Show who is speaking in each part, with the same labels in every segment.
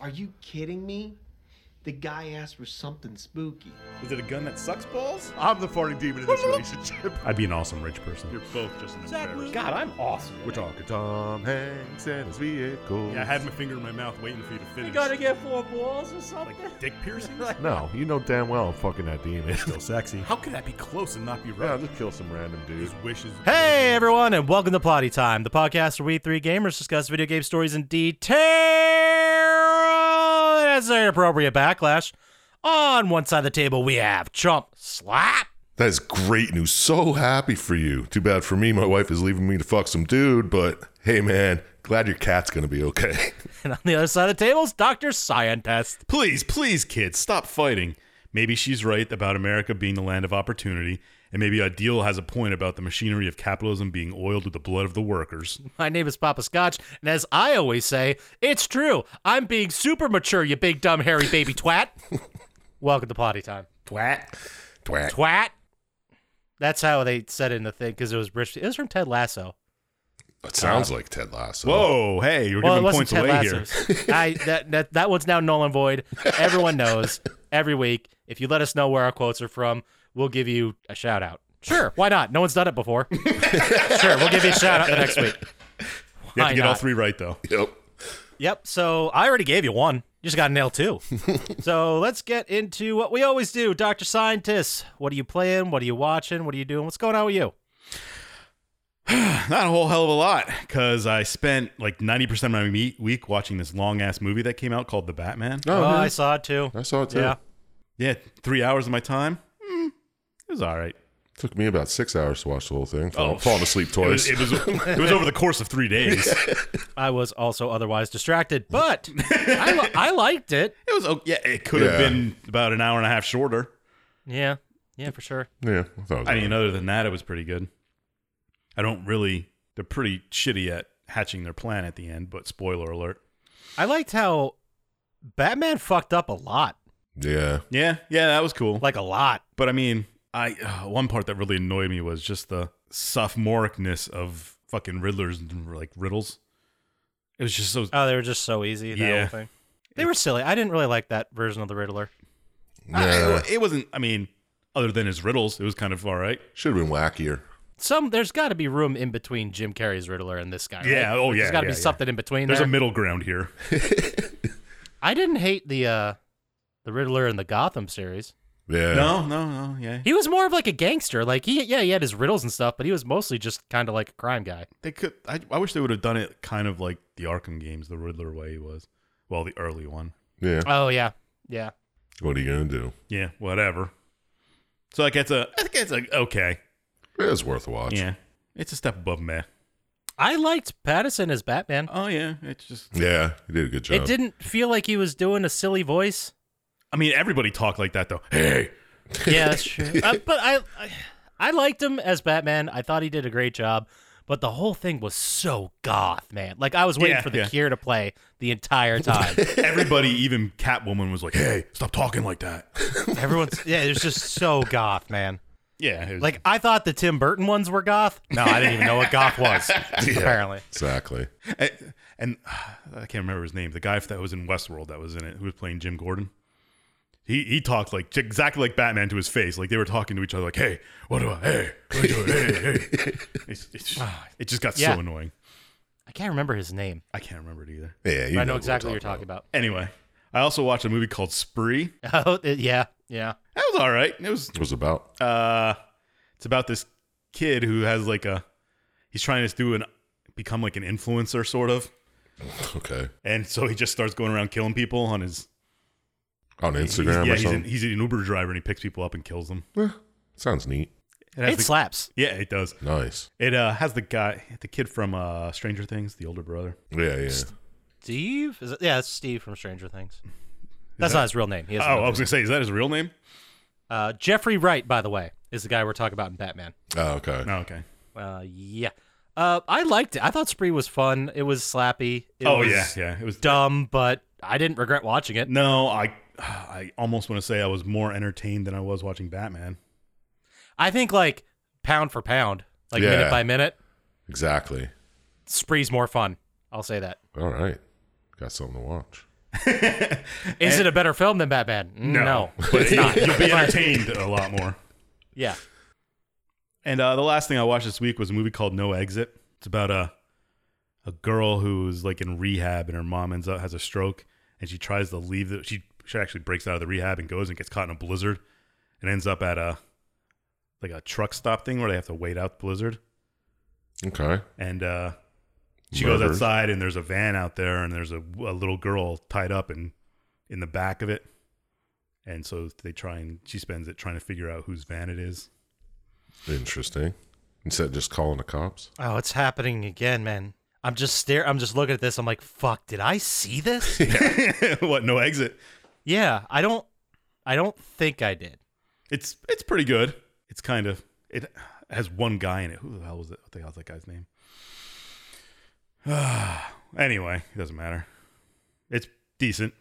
Speaker 1: Are you kidding me? The guy asked for something spooky.
Speaker 2: Is it a gun that sucks balls?
Speaker 3: I'm the farting demon in this relationship.
Speaker 4: I'd be an awesome rich person.
Speaker 5: You're both just an embarrassment.
Speaker 2: God, I'm awesome.
Speaker 3: We're talking Tom Hanks and his vehicle.
Speaker 5: Yeah, I had my finger in my mouth waiting for you to finish.
Speaker 2: get four balls or something.
Speaker 5: like dick piercings?
Speaker 3: No, you know damn well I'm fucking that demon.
Speaker 4: Still sexy.
Speaker 5: How could that be close and not be
Speaker 3: yeah, I'll
Speaker 5: right?
Speaker 3: just kill some random dude.
Speaker 5: His wishes.
Speaker 4: Hey everyone, and welcome to Plotty Time, the podcast where we three gamers discuss video game stories in detail and as an appropriate backlash. On one side of the table, we have Chump Slap.
Speaker 3: That is great news. So happy for you. Too bad for me. My wife is leaving me to fuck some dude, but hey, man, glad your cat's going to be okay.
Speaker 4: And on the other side of the table is Dr. Scientist.
Speaker 5: Please, please, kids, stop fighting. Maybe she's right about America being the land of opportunity, and maybe Ideal has a point about the machinery of capitalism being oiled with the blood of the workers.
Speaker 4: My name is Papa Scotch, and as I always say, it's true. I'm being super mature, you big dumb hairy baby twat. welcome to Plotty Time.
Speaker 2: Twat.
Speaker 3: Twat.
Speaker 4: Twat. That's how they said it in the thing because it was British. It was from Ted Lasso.
Speaker 3: That sounds like Ted Lasso.
Speaker 5: Whoa, hey, you're
Speaker 4: well, it
Speaker 5: giving
Speaker 4: wasn't
Speaker 5: points
Speaker 4: Ted
Speaker 5: away
Speaker 4: Lasso.
Speaker 5: here.
Speaker 4: I that, that that one's now null and void. Everyone knows every week. If you let us know where our quotes are from, we'll give you a shout out. Sure, why not? No one's done it before. sure, we'll give you a shout out the next week.
Speaker 5: You have
Speaker 4: Why
Speaker 5: to get all
Speaker 4: not?
Speaker 5: three right, though.
Speaker 3: Yep.
Speaker 4: Yep. So I already gave you one. You just got to nail two. so let's get into what we always do, Doctor Scientist. What are you playing? What are you watching? What are you doing? What's going on with you?
Speaker 5: Not a whole hell of a lot, because I spent like 90% of my me- week watching this long ass movie that came out called The Batman.
Speaker 3: Oh,
Speaker 4: oh
Speaker 3: yeah.
Speaker 4: I saw it too.
Speaker 3: I saw it too.
Speaker 4: Yeah.
Speaker 5: Yeah, three hours of my time. Hmm, it was all right.
Speaker 3: Took me about six hours to watch the whole thing. Fall,
Speaker 5: Oh.
Speaker 3: falling asleep
Speaker 5: It was,
Speaker 3: twice.
Speaker 5: it, was, it was over the course of three days.
Speaker 4: I was also otherwise distracted, but I, li- I liked it.
Speaker 5: It was okay. Yeah, it could have
Speaker 3: Yeah.
Speaker 5: been about an hour and a half shorter.
Speaker 4: Yeah. Yeah, for sure.
Speaker 3: yeah, I thought it was
Speaker 5: I mean, other than that, it was pretty good. I don't really. They're pretty shitty at hatching their plan at the end, but spoiler alert.
Speaker 4: I liked how Batman fucked up a lot.
Speaker 3: yeah.
Speaker 5: Yeah, yeah, that was cool.
Speaker 4: Like a lot.
Speaker 5: But I mean, I uh, one part that really annoyed me was just the sophomoreicness of fucking Riddlers and like riddles. It was just so.
Speaker 4: Oh, they were just so easy. That
Speaker 5: Yeah.
Speaker 4: whole thing. They were silly. I didn't really like that version of the Riddler.
Speaker 3: Yeah.
Speaker 5: I- it wasn't. I mean, other than his riddles, it was kind of all right.
Speaker 3: Should have been wackier.
Speaker 4: Some there's got to be room in between Jim Carrey's Riddler and this guy. right?
Speaker 5: Yeah, oh, yeah,
Speaker 4: There's got to
Speaker 5: yeah,
Speaker 4: be
Speaker 5: yeah.
Speaker 4: something in between.
Speaker 5: There's
Speaker 4: there.
Speaker 5: a middle ground here.
Speaker 4: I didn't hate the uh the Riddler in the Gotham series.
Speaker 3: Yeah.
Speaker 5: No, no, no. Yeah,
Speaker 4: He was more of like a gangster. Like he yeah, he had his riddles and stuff, but he was mostly just kind of like a crime guy.
Speaker 5: They could. I, I wish they would have done it kind of like the Arkham games, the Riddler way was. Well, the early one.
Speaker 3: Yeah.
Speaker 4: Oh yeah. Yeah.
Speaker 3: What are you gonna do?
Speaker 5: Yeah, whatever. So like it's a, I think it's a okay.
Speaker 3: It was worth a watch.
Speaker 5: Yeah, it's a step above meh.
Speaker 4: I liked Pattinson as Batman.
Speaker 5: Oh yeah, it's just.
Speaker 3: Yeah, you did a good job.
Speaker 4: It didn't feel like he was doing a silly voice.
Speaker 5: I mean, everybody talked like that though. Hey,
Speaker 4: Yeah, that's true. Uh, but I, I, I liked him as Batman. I thought he did a great job. But the whole thing was so goth, man. Like I was waiting
Speaker 5: Yeah,
Speaker 4: for the
Speaker 5: yeah.
Speaker 4: Cure to play the entire time.
Speaker 5: everybody, even Catwoman was like, "Hey, stop talking like that."
Speaker 4: Everyone's yeah, it was just so goth, man.
Speaker 5: Yeah, it was-
Speaker 4: Like I thought the Tim Burton ones were goth. No, I didn't even know what goth was. Apparently,
Speaker 3: Exactly.
Speaker 5: and, and, uh, I can't remember his name. The guy that was in Westworld that was in it, who was playing Jim Gordon. He he talked like exactly like Batman to his face. Like they were talking to each other, like, "Hey, what do I? Hey, what do I, hey, hey." It's, it's, it just got
Speaker 4: Ah, Yeah.
Speaker 5: so annoying.
Speaker 4: I can't remember his name.
Speaker 5: I can't remember it either.
Speaker 3: Yeah, you
Speaker 4: but I know
Speaker 3: what
Speaker 4: exactly what
Speaker 3: we're
Speaker 4: you're talking about.
Speaker 5: Anyway, I also watched a movie called Spree.
Speaker 4: Oh it- yeah, yeah.
Speaker 5: That was all right. It was
Speaker 3: It was about
Speaker 5: uh, it's about this kid who has like a, he's trying to do an become like an influencer sort of,
Speaker 4: Uh,
Speaker 3: okay
Speaker 5: and so he just starts going around killing people on his
Speaker 3: on
Speaker 5: He's,
Speaker 3: Instagram
Speaker 5: yeah,
Speaker 3: or
Speaker 5: he's an,
Speaker 3: something.
Speaker 5: he's an Uber driver and he picks people up and kills them.
Speaker 3: Eh, sounds neat.
Speaker 5: It has
Speaker 4: It
Speaker 5: the-
Speaker 4: slaps.
Speaker 5: yeah, it does.
Speaker 3: Nice.
Speaker 5: It uh, has the guy, the kid from uh, Stranger Things, the older brother.
Speaker 3: Yeah, yeah.
Speaker 4: Steve? Is it, yeah, it's Steve from Stranger Things. That's not his real name. He has
Speaker 5: Oh, I was gonna say, is that his real name?
Speaker 4: uh, Jeffrey Wright, by the way, is the guy we're talking about in Batman.
Speaker 3: Oh, okay.
Speaker 5: No, okay.
Speaker 4: Uh, yeah. Uh, I liked it. I thought Spree was fun. It was slappy. It
Speaker 5: oh
Speaker 4: was
Speaker 5: yeah, yeah. It was
Speaker 4: dumb, but I didn't regret watching it.
Speaker 5: no. I I almost want to say I was more entertained than I was watching Batman.
Speaker 4: I think like pound for pound, like
Speaker 3: Yeah.
Speaker 4: minute by minute,
Speaker 3: Exactly.
Speaker 4: Spree's more fun. I'll say that.
Speaker 3: All right. Got something to watch.
Speaker 4: Is it a better film than Batman? No.
Speaker 5: but it's not. You'll be entertained a lot more.
Speaker 4: Yeah.
Speaker 5: And uh, the last thing I watched this week was a movie called No Exit. It's about a a girl who's like in rehab and her mom ends up has a stroke and she tries to leave the she she actually breaks out of the rehab and goes and gets caught in a blizzard and ends up at a like a truck stop thing where they have to wait out the blizzard
Speaker 3: Okay.
Speaker 5: and uh she goes
Speaker 3: Murdered.
Speaker 5: outside and there's a van out there and there's a, a little girl tied up and in the back of it and so they try and she spends it trying to figure out whose van it is
Speaker 3: Interesting. Instead of just calling the cops.
Speaker 4: Oh, it's happening again, man. I'm just stare. I'm just looking at this. I'm like, fuck. Did I see this?
Speaker 5: what no exit
Speaker 4: yeah. I don't. I don't think I did.
Speaker 5: It's it's pretty good. It's kind of it has one guy in it. Who the hell was it? What the hell's that guy's name? anyway, it doesn't matter. It's decent.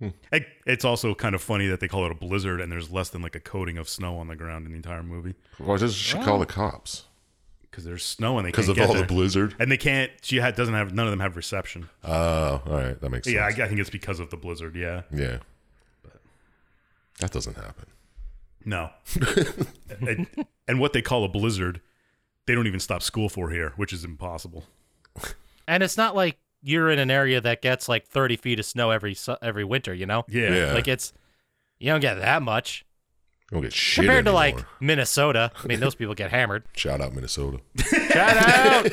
Speaker 3: Hmm.
Speaker 5: It, it's also kind of funny that they call it a blizzard and there's less than like a coating of snow on the ground in the entire movie
Speaker 3: Why doesn't she call the cops?
Speaker 5: because there's snow and they
Speaker 3: Because
Speaker 5: can't
Speaker 3: of
Speaker 5: get
Speaker 3: all
Speaker 5: there.
Speaker 3: the blizzard.
Speaker 5: and they can't. She ha- doesn't have none of them have reception.
Speaker 3: Oh, all right. That makes sense.
Speaker 5: Yeah, I, I think it's because of the blizzard. Yeah,
Speaker 3: Yeah. That doesn't happen.
Speaker 5: No. and, and what they call a blizzard, they don't even stop school for here, which is impossible.
Speaker 4: And it's not like you're in an area that gets like 30 feet of snow every su- every winter. You know.
Speaker 5: Yeah.
Speaker 3: Yeah.
Speaker 4: Like it's. You don't get that much
Speaker 3: You don't get shit
Speaker 4: compared to like
Speaker 3: anymore.
Speaker 4: Minnesota. I mean, those people get hammered.
Speaker 3: Shout out Minnesota.
Speaker 4: Shout out.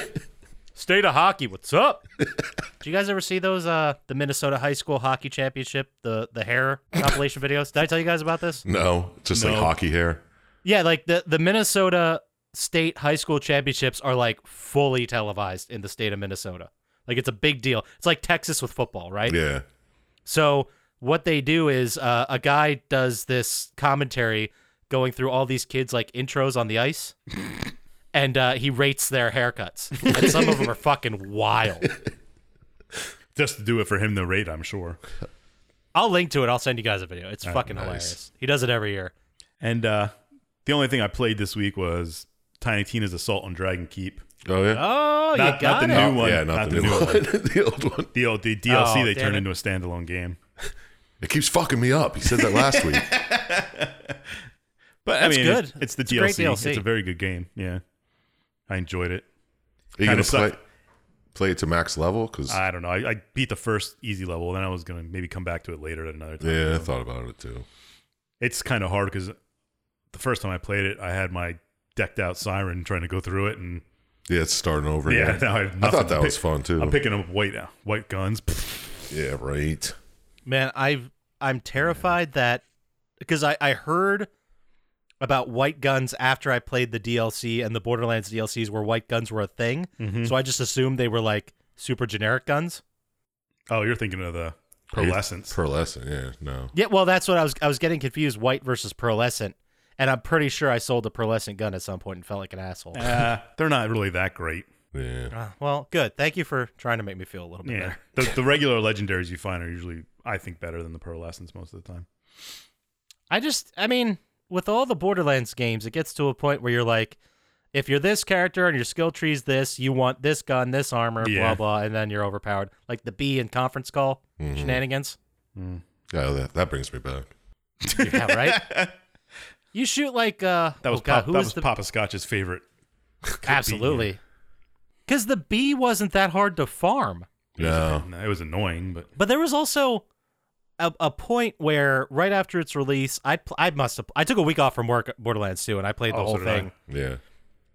Speaker 4: State of hockey, what's up? Do you guys ever see those uh the Minnesota High School Hockey Championship, the the hair compilation videos? Did I tell you guys about this?
Speaker 3: No, just like
Speaker 5: No.
Speaker 3: hockey hair.
Speaker 4: Yeah, like the the Minnesota state high school championships are like fully televised in the state of Minnesota. Like it's a big deal. It's like Texas with football, right?
Speaker 3: Yeah.
Speaker 4: So what they do is uh, a guy does this commentary going through all these kids like intros on the ice, and uh, he rates their haircuts, and some of them are fucking wild.
Speaker 5: Just to do it for him to rate, I'm sure.
Speaker 4: I'll link to it. I'll send you guys a video. It's fucking hilarious. He does it every year.
Speaker 5: And uh, the only thing I played this week was Tiny Tina's Assault on Dragon Keep.
Speaker 3: Oh, yeah.
Speaker 4: Oh,
Speaker 5: Not-
Speaker 4: you
Speaker 5: not
Speaker 4: got
Speaker 5: the
Speaker 4: it.
Speaker 5: new one.
Speaker 3: Yeah, not, the, new one. the old one.
Speaker 5: The, old- the DLC
Speaker 4: Oh,
Speaker 5: they
Speaker 4: damn
Speaker 5: turned
Speaker 4: it.
Speaker 5: into a standalone game.
Speaker 3: It keeps fucking me up. He said that last week.
Speaker 5: But
Speaker 4: That's
Speaker 5: I mean, it-
Speaker 4: good.
Speaker 5: it's the
Speaker 4: It's a great
Speaker 5: DLC.
Speaker 4: DLC.
Speaker 5: It's a very good game. Yeah. I enjoyed it.
Speaker 3: Are you gonna
Speaker 5: Kinda
Speaker 3: play,
Speaker 5: sucked.
Speaker 3: play it to max level? Because
Speaker 5: I don't know. I, I beat the first easy level, then I was going to maybe come back to it later at another time.
Speaker 3: yeah, I thought about it too.
Speaker 5: it's kind of hard because the first time I played it, I had my decked out siren trying to go through it, and
Speaker 3: Yeah, it's starting over.
Speaker 5: yeah,
Speaker 3: again.
Speaker 5: now I have
Speaker 3: I
Speaker 5: nothing.
Speaker 3: thought
Speaker 5: to
Speaker 3: that
Speaker 5: pick-
Speaker 3: was fun too.
Speaker 5: I'm picking up white white guns.
Speaker 3: yeah, right.
Speaker 4: Man, I've I'm terrified that because I I heard about white guns after I played the DLC and the Borderlands DLCs where white guns were a thing.
Speaker 5: Mm-hmm.
Speaker 4: So I just assumed they were like super generic guns.
Speaker 5: Oh, you're thinking of the pearlescence.
Speaker 3: Pearlescent. Yeah, no.
Speaker 4: Yeah, well, that's what I was I was getting confused white versus pearlescent. And I'm pretty sure I sold a pearlescent gun at some point and felt like an asshole.
Speaker 5: Uh, they're not really that great.
Speaker 3: Yeah.
Speaker 4: Uh, well, good. Thank you for trying to make me feel a little bit
Speaker 5: Yeah,
Speaker 4: better.
Speaker 5: the, the regular legendaries you find are usually, I think, better than the pearlescence most of the time.
Speaker 4: I just, I mean, with all the Borderlands games, it gets to a point where you're like, if you're this character and your skill tree's this, you want this gun, this armor,
Speaker 5: Yeah.
Speaker 4: blah blah, and then you're overpowered. Like the B in conference call shenanigans.
Speaker 3: Yeah, that, that brings me back.
Speaker 4: Yeah, right. you shoot like uh,
Speaker 5: That was
Speaker 4: oh God,
Speaker 5: Pop,
Speaker 4: who
Speaker 5: that
Speaker 4: is
Speaker 5: was
Speaker 4: the
Speaker 5: Papa Scotch's favorite. could be, yeah.
Speaker 4: absolutely because the B wasn't that hard to farm,
Speaker 3: No.
Speaker 5: No, it was annoying, but
Speaker 4: but there was also. A, a point where right after its release, I pl- I must have I took a week off from work at Borderlands 2 and I played the
Speaker 5: Oh, so
Speaker 4: whole
Speaker 5: did I.
Speaker 4: thing.
Speaker 3: Yeah.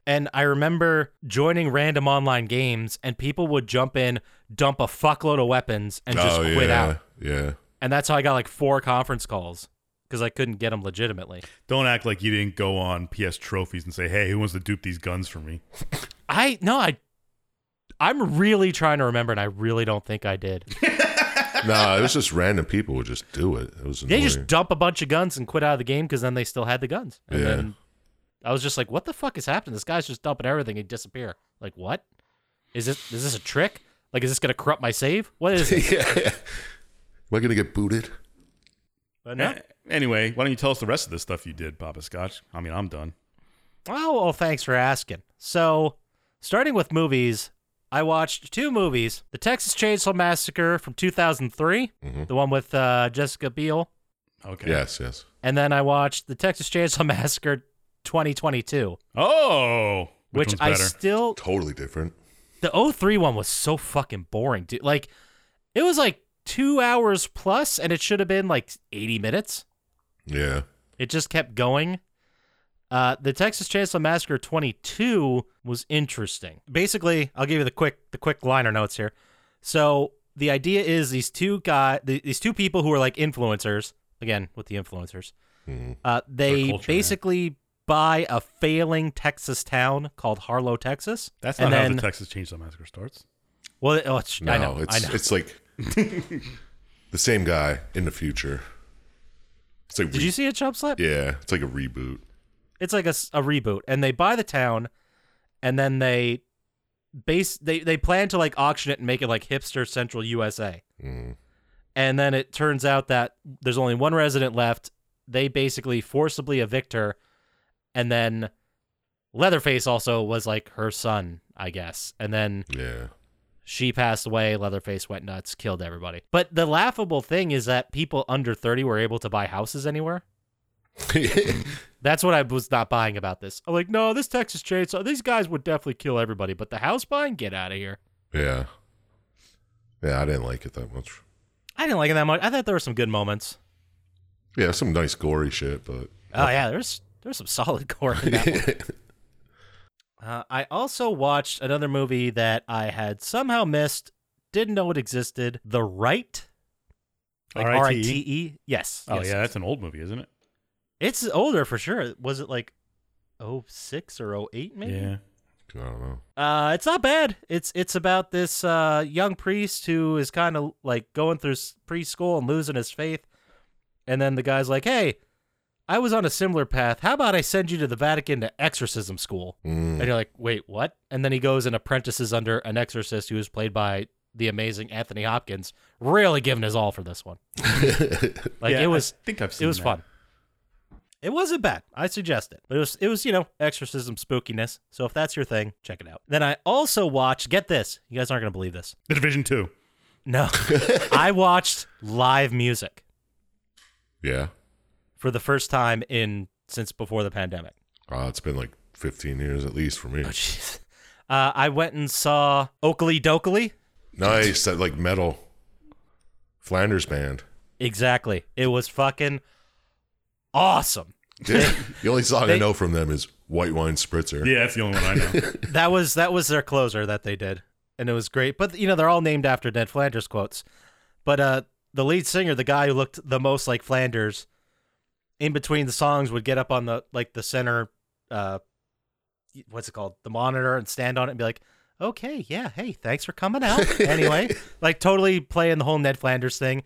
Speaker 4: And I remember joining random online games, and people would jump in, dump a fuckload of weapons, and just
Speaker 3: oh yeah.
Speaker 4: quit out.
Speaker 3: Yeah.
Speaker 4: And that's how I got like four conference calls because I couldn't get them legitimately.
Speaker 5: don't act like you didn't go on PS trophies and say, "Hey, who wants to dupe these guns for me?"
Speaker 4: I no, I I'm really trying to remember, and I really don't think I did.
Speaker 3: No, it was just random people would just do it. It was
Speaker 4: They
Speaker 3: annoying.
Speaker 4: just dump a bunch of guns and quit out of the game because then they still had the guns. And
Speaker 3: Yeah.
Speaker 4: then I was just like, "What the fuck is happening? This guy's just dumping everything and disappear. Like, what is this? Is this a trick? Like, is this gonna corrupt my save? What is it?"
Speaker 3: yeah. Am I gonna get booted?
Speaker 4: But no.
Speaker 5: Eh, Anyway, why don't you tell us the rest of the stuff you did, Papa Scotch? I mean, I'm done.
Speaker 4: Oh, well, thanks for asking. So, starting with movies, I watched two movies: The Texas Chainsaw Massacre from 2003, the one with uh, Jessica Biel,
Speaker 5: Okay.
Speaker 3: Mm-hmm. Yes, yes.
Speaker 4: and then I watched The Texas Chainsaw Massacre 2022,
Speaker 5: Oh.
Speaker 4: which,
Speaker 5: one's
Speaker 4: I
Speaker 5: better?
Speaker 4: still
Speaker 3: Totally different.
Speaker 4: the 03 one was so fucking boring, dude. Like it was like 2 hours plus and it should have been like 80 minutes.
Speaker 3: Yeah.
Speaker 4: It just kept going. Uh, the Texas Chainsaw Massacre 22 was interesting. Basically, I'll give you the quick the quick liner notes here. So the idea is these two guy the, these two people who are like influencers again with the influencers. Uh, they
Speaker 5: Hmm. Their culture, yeah.
Speaker 4: basically buy a failing Texas town called Harlow, Texas.
Speaker 5: That's not
Speaker 4: and
Speaker 5: how
Speaker 4: then,
Speaker 5: the Texas Chainsaw Massacre starts.
Speaker 4: well, oh, it's,
Speaker 3: No,
Speaker 4: I know,
Speaker 3: it's
Speaker 4: I know.
Speaker 3: it's like the same guy in the future. It's like
Speaker 4: Did
Speaker 3: re-
Speaker 4: you see it, Chub Slap?
Speaker 3: yeah, it's like a reboot.
Speaker 4: it's like a, s- a reboot and they buy the town and then they base they they plan to like auction it and make it like hipster central usa
Speaker 3: Mm,
Speaker 4: and then it turns out that there's only one resident left they basically forcibly evict her and then leatherface also was like her son i guess and then
Speaker 3: Yeah.
Speaker 4: she passed away leatherface went nuts killed everybody but the laughable thing is that people under 30 were able to buy houses anywhere that's what I was not buying about this. I'm like, no, this Texas Chainsaw, these guys would definitely kill everybody, but the house buying, get out of here.
Speaker 3: yeah. Yeah, I didn't like it that much.
Speaker 4: I didn't like it that much. I thought there were some good moments.
Speaker 3: Yeah, some nice gory shit, but
Speaker 4: Oh yeah, there's there's some solid gore in that. one. uh, I also watched another movie that I had somehow missed, didn't know it existed. The Right, like R I
Speaker 5: R.I.T.E.?
Speaker 4: T E. Yes.
Speaker 5: Oh
Speaker 4: yes,
Speaker 5: yeah,
Speaker 4: yes.
Speaker 5: that's an old movie, isn't it?
Speaker 4: it's older for sure. Was it like 06 or 08 maybe?
Speaker 5: Yeah.
Speaker 3: I don't know.
Speaker 4: Uh, it's not bad. It's it's about this uh, young priest who is kind of like going through s- preschool and losing his faith, and then the guy's like, "Hey, I was on a similar path. How about I send you to the Vatican to exorcism school?"
Speaker 3: Mm.
Speaker 5: Hmm.
Speaker 4: And you're like, "Wait, what?" And then he goes and apprentices under an exorcist who is played by the amazing Anthony Hopkins. Really giving his all for this one. Like
Speaker 5: Yeah,
Speaker 4: it was,
Speaker 5: I think I've
Speaker 4: it
Speaker 5: seen
Speaker 4: was
Speaker 5: that.
Speaker 4: fun. It wasn't bad. I suggest it. But it was it was, you know, exorcism spookiness. So if that's your thing, check it out. Then I also watched get this. You guys aren't gonna believe this.
Speaker 5: The Division Two.
Speaker 4: No. I watched live music
Speaker 3: yeah.
Speaker 4: for the first time in since before the pandemic.
Speaker 3: Uh, it's been like 15 years at least for me.
Speaker 4: Oh jeez. Uh, I went and saw Oakley Dokley.
Speaker 3: Nice. That like metal Flanders band.
Speaker 4: Exactly. It was fucking awesome.
Speaker 3: Dude, the only song I
Speaker 4: They-
Speaker 3: know from them is White Wine Spritzer.
Speaker 5: Yeah, that's the only one I know.
Speaker 4: that was that was their closer that they did, and it was great. But you know they're all named after Ned Flanders quotes. But uh, the lead singer, the guy who looked the most like Flanders, in between the songs would get up on the like the center, uh, what's it called, the monitor, and stand on it and be like, "Okay, yeah, hey, thanks for coming out." anyway, like totally playing the whole Ned Flanders thing,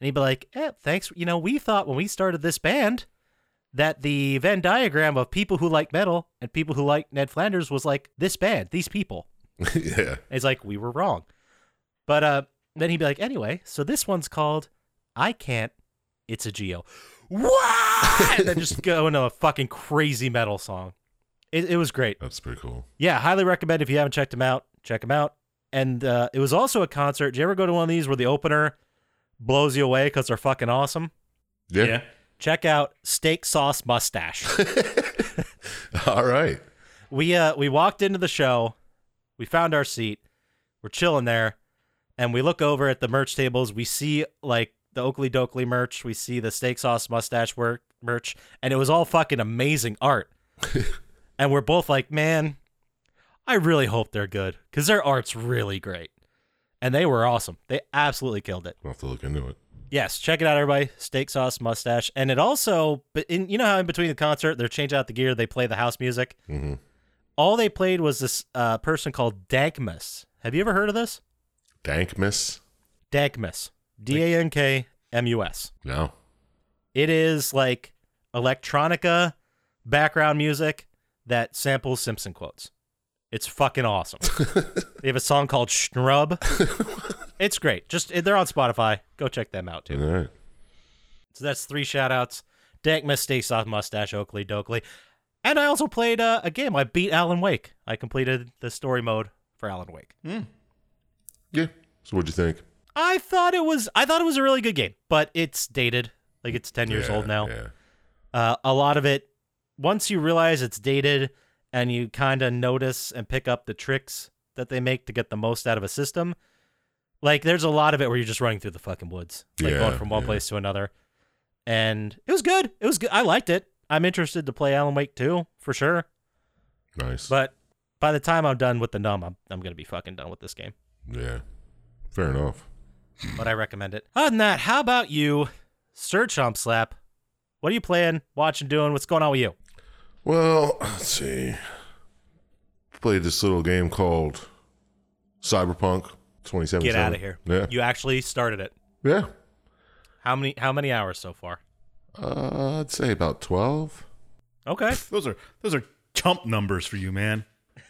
Speaker 4: and he'd be like, eh, "Thanks, you know, we thought when we started this band." that the Venn diagram of people who like metal and people who like Ned Flanders was like this band, these people.
Speaker 3: yeah.
Speaker 4: And it's like we were wrong. But uh, then he'd be like, anyway, so this one's called "I Can't." It's a Geo. What? and then just go into a fucking crazy metal song. It, it was great.
Speaker 3: That's pretty cool.
Speaker 4: Yeah, highly recommend if you haven't checked them out. Check them out. And uh, it was also a concert. Did you ever go to one of these where the opener blows you away because they're fucking awesome?
Speaker 3: Yeah.
Speaker 4: Check out Steak Sauce Mustache.
Speaker 3: All right.
Speaker 4: we uh we walked into the show, we found our seat, we're chilling there, and we look over at the merch tables. We see like the Oakley Dokley merch, we see the steak sauce mustache work merch, and it was all fucking amazing art. and we're both like, man, I really hope they're good because their art's really great, and they were awesome. They absolutely killed it.
Speaker 3: I'll have to look into it.
Speaker 4: Yes, check it out, everybody. Steak sauce mustache, and it also, but in you know how in between the concert they're changing out the gear, they play the house music.
Speaker 3: Mhm.
Speaker 4: All they played was this uh, person called Dankmus. Have you ever heard of this?
Speaker 3: Dankmas?
Speaker 4: Dankmus, D A N K M U S.
Speaker 3: No.
Speaker 4: It is like electronica background music that samples Simpson quotes. It's fucking awesome. they have a song called Schnrub. it's great. Just they're on Spotify. Go check them out too.
Speaker 3: All right.
Speaker 4: So that's three shout outs. Dank Mistake Soft Mustache, Oakley Dokley. And I also played uh, a game. I beat Alan Wake. I completed the story mode for Alan Wake.
Speaker 3: Yeah. So what'd you think?
Speaker 4: I thought it was I thought it was a really good game, but it's dated. Like it's 10 years
Speaker 3: Yeah,
Speaker 4: old now.
Speaker 3: Yeah.
Speaker 4: Uh, a lot of it once you realize it's dated and you kind of notice and pick up the tricks that they make to get the most out of a system. Like there's a lot of it where you're just running through the fucking woods, like
Speaker 3: Yeah,
Speaker 4: going from one
Speaker 3: yeah.
Speaker 4: place to another. And it was good. It was good. I liked it. I'm interested to play Alan Wake 2 for sure,
Speaker 3: Nice.
Speaker 4: but by the time I'm done with the numb, I'm, I'm going to be fucking done with this game.
Speaker 3: yeah. Fair enough.
Speaker 4: but I recommend it. Other than that, how about you, Sir Chomp Slap? What are you playing, watching, doing? What's going on with you?
Speaker 3: Well, let's see. Played this little game called Cyberpunk 2077.
Speaker 4: Get out of here!
Speaker 3: Yeah.
Speaker 4: You actually started it.
Speaker 3: yeah.
Speaker 4: How many how many hours so far?
Speaker 3: Uh, I'd say about 12.
Speaker 4: Okay,
Speaker 5: Those are those are chump numbers for you, man.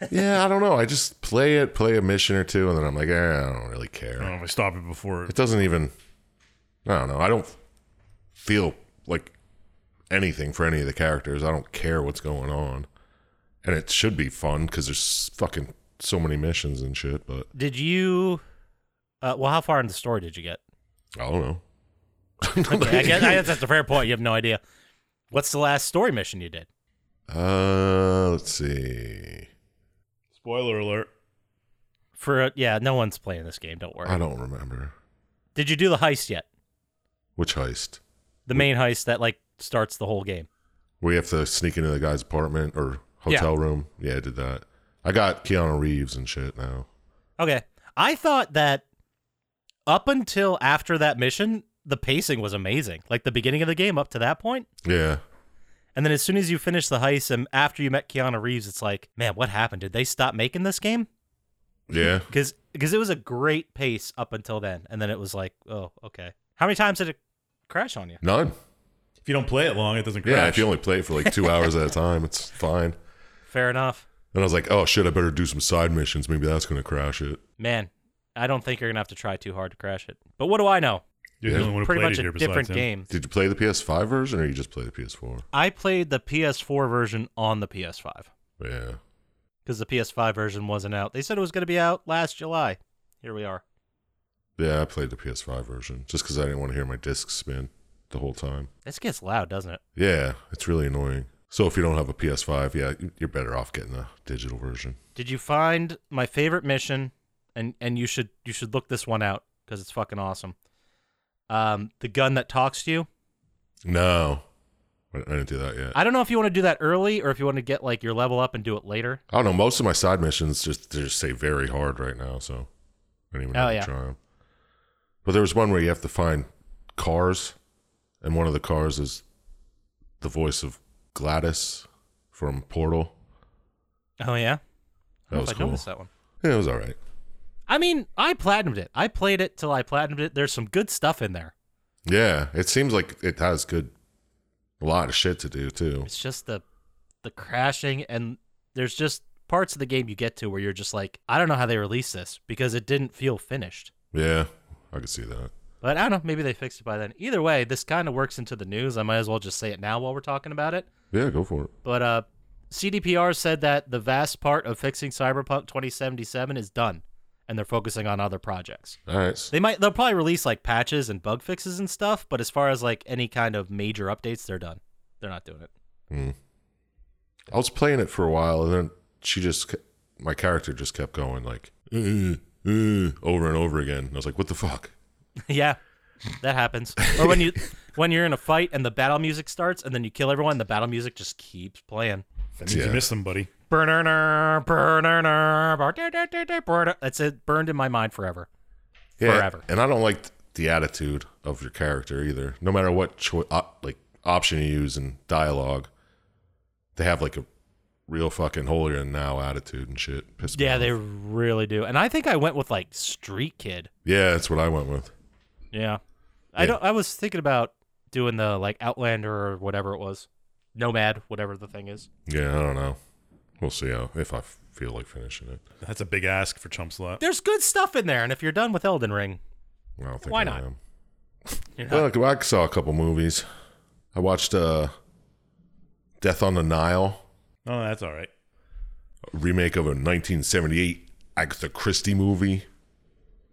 Speaker 3: yeah, I don't know. I just play it, play a mission or two, and then I'm like, eh, I don't really care.
Speaker 4: Oh,
Speaker 5: I don't know if I stop it before.
Speaker 3: It doesn't even. I don't know. I don't feel like anything for any of the characters. I don't care what's going on, and it should be fun because there's fucking so many missions and shit. But
Speaker 4: did you? Uh, well, how far in the story did you get?
Speaker 3: I don't know.
Speaker 4: Okay, I, guess, I guess that's a fair point. You have no idea. What's the last story mission you did?
Speaker 3: Uh, let's see.
Speaker 5: Spoiler alert.
Speaker 4: For yeah, no one's playing this game. Don't worry.
Speaker 3: I don't remember
Speaker 4: Did you do the heist yet?
Speaker 3: which heist.
Speaker 4: The main heist that like starts the whole game.
Speaker 3: We have to sneak into the guy's apartment or hotel room. Yeah, I did that. I got Keanu Reeves and shit now.
Speaker 4: Okay. I thought that up until after that mission, the pacing was amazing. Like the beginning of the game up to that point,
Speaker 3: Yeah,
Speaker 4: And then as soon as you finish the heist and after you met Keanu Reeves, it's like, man, what happened? Did they stop making this game?
Speaker 3: yeah.
Speaker 4: Because it was a great pace up until then. And then it was like, oh, okay. How many times did it crash on you?
Speaker 3: None.
Speaker 5: If you don't play it long, it doesn't crash.
Speaker 3: Yeah, if you only play it for like two hours at a time, it's fine.
Speaker 4: Fair enough.
Speaker 3: And I was like, oh shit, I better do some side missions. Maybe that's going to crash it.
Speaker 4: Man, I don't think you're going to have to try too hard to crash it. But what do I know?
Speaker 5: You're the
Speaker 3: Yeah.
Speaker 5: only one who
Speaker 4: Pretty
Speaker 5: played
Speaker 4: much
Speaker 5: it
Speaker 4: a
Speaker 5: here besides
Speaker 4: different
Speaker 5: him.
Speaker 4: game.
Speaker 3: Did you play the PS5 version or you just play the PS4?
Speaker 4: I played the PS4 version on the PS5
Speaker 3: Yeah.
Speaker 4: because the PS5 version wasn't out. They said it was going to be out last July. Here we are.
Speaker 3: Yeah, I played the PS5 version just because I didn't want to hear my disc spin the whole time.
Speaker 4: This gets loud, doesn't it?
Speaker 3: Yeah, it's really annoying. So if you don't have a PS5, yeah, you- you're better off getting a digital version.
Speaker 4: Did you find my favorite mission? And and you should you should look this one out because it's fucking awesome. Um, the gun that talks to you.
Speaker 3: No, I I didn't do that yet. I,
Speaker 4: I don't know if you want to do that early or if you want to get like your level up and do it later.
Speaker 3: don't know. Most of my side missions just they just say very hard right now, so I don't even
Speaker 4: Oh,
Speaker 3: have
Speaker 4: yeah.
Speaker 3: to try 'em. But there was one where you have to find cars, and one of the cars is the voice of Gladys from Portal.
Speaker 4: Oh yeah, I
Speaker 3: That
Speaker 4: don't know
Speaker 3: was
Speaker 4: if I
Speaker 3: cool.
Speaker 4: noticed that one.
Speaker 3: Yeah, it was all right.
Speaker 4: I mean, I platinumed it. I played it till I platinumed it. There's some good stuff in there.
Speaker 3: Yeah, it seems like it has good, a lot of shit to do too.
Speaker 4: It's just the the crashing and there's just parts of the game you get to where you're just like, I don't know how they released this because it didn't feel finished.
Speaker 3: Yeah, I could see that.
Speaker 4: But I don't know. Maybe they fixed it by then. Either way, this kind of works into the news. I might as well just say it now while we're talking about it.
Speaker 3: Yeah, go for it.
Speaker 4: But uh, CDPR said that the vast part of fixing Cyberpunk 2077 is done, and they're focusing on other projects.
Speaker 3: All right.
Speaker 4: They might they'll probably release like patches and bug fixes and stuff. But as far as like any kind of major updates, they're done. They're not doing it.
Speaker 3: I was playing it for a while, and then she just, ke- my character just kept going like "Uh, uh, uh," over and over again. And I was like, what the fuck?
Speaker 4: yeah, that happens. Or when you when you're in a fight and the battle music starts, and then you kill everyone, the battle music just keeps playing.
Speaker 5: That means
Speaker 3: Yeah.
Speaker 5: you missed somebody.
Speaker 4: Burner, burner, burner, burner. That's it. Burned in my mind forever.
Speaker 3: Yeah,
Speaker 4: Forever.
Speaker 3: And I don't like the attitude of your character either. No matter what cho- op- like option you use in dialogue, they have like a real fucking holier than now attitude and shit. Pissed me
Speaker 4: Yeah,
Speaker 3: off.
Speaker 4: they really do. And I think I went with like Street Kid.
Speaker 3: Yeah, that's what I went with.
Speaker 4: Yeah. I
Speaker 3: Yeah.
Speaker 4: don't I was thinking about doing the like Outlander or whatever it was. Nomad, whatever the thing is.
Speaker 3: Yeah, I don't know. We'll see how if I f- feel like finishing it.
Speaker 5: That's a big ask for chump slot.
Speaker 4: There's good stuff in there, and if you're done with Elden Ring,
Speaker 3: I don't think
Speaker 4: Why
Speaker 3: I
Speaker 4: not?
Speaker 3: am.
Speaker 4: you're not.
Speaker 3: Well, I- I saw a couple movies. I watched uh, Death on the Nile
Speaker 5: Oh, No, that's all right.
Speaker 3: a remake of a 1978 Agatha Christie movie.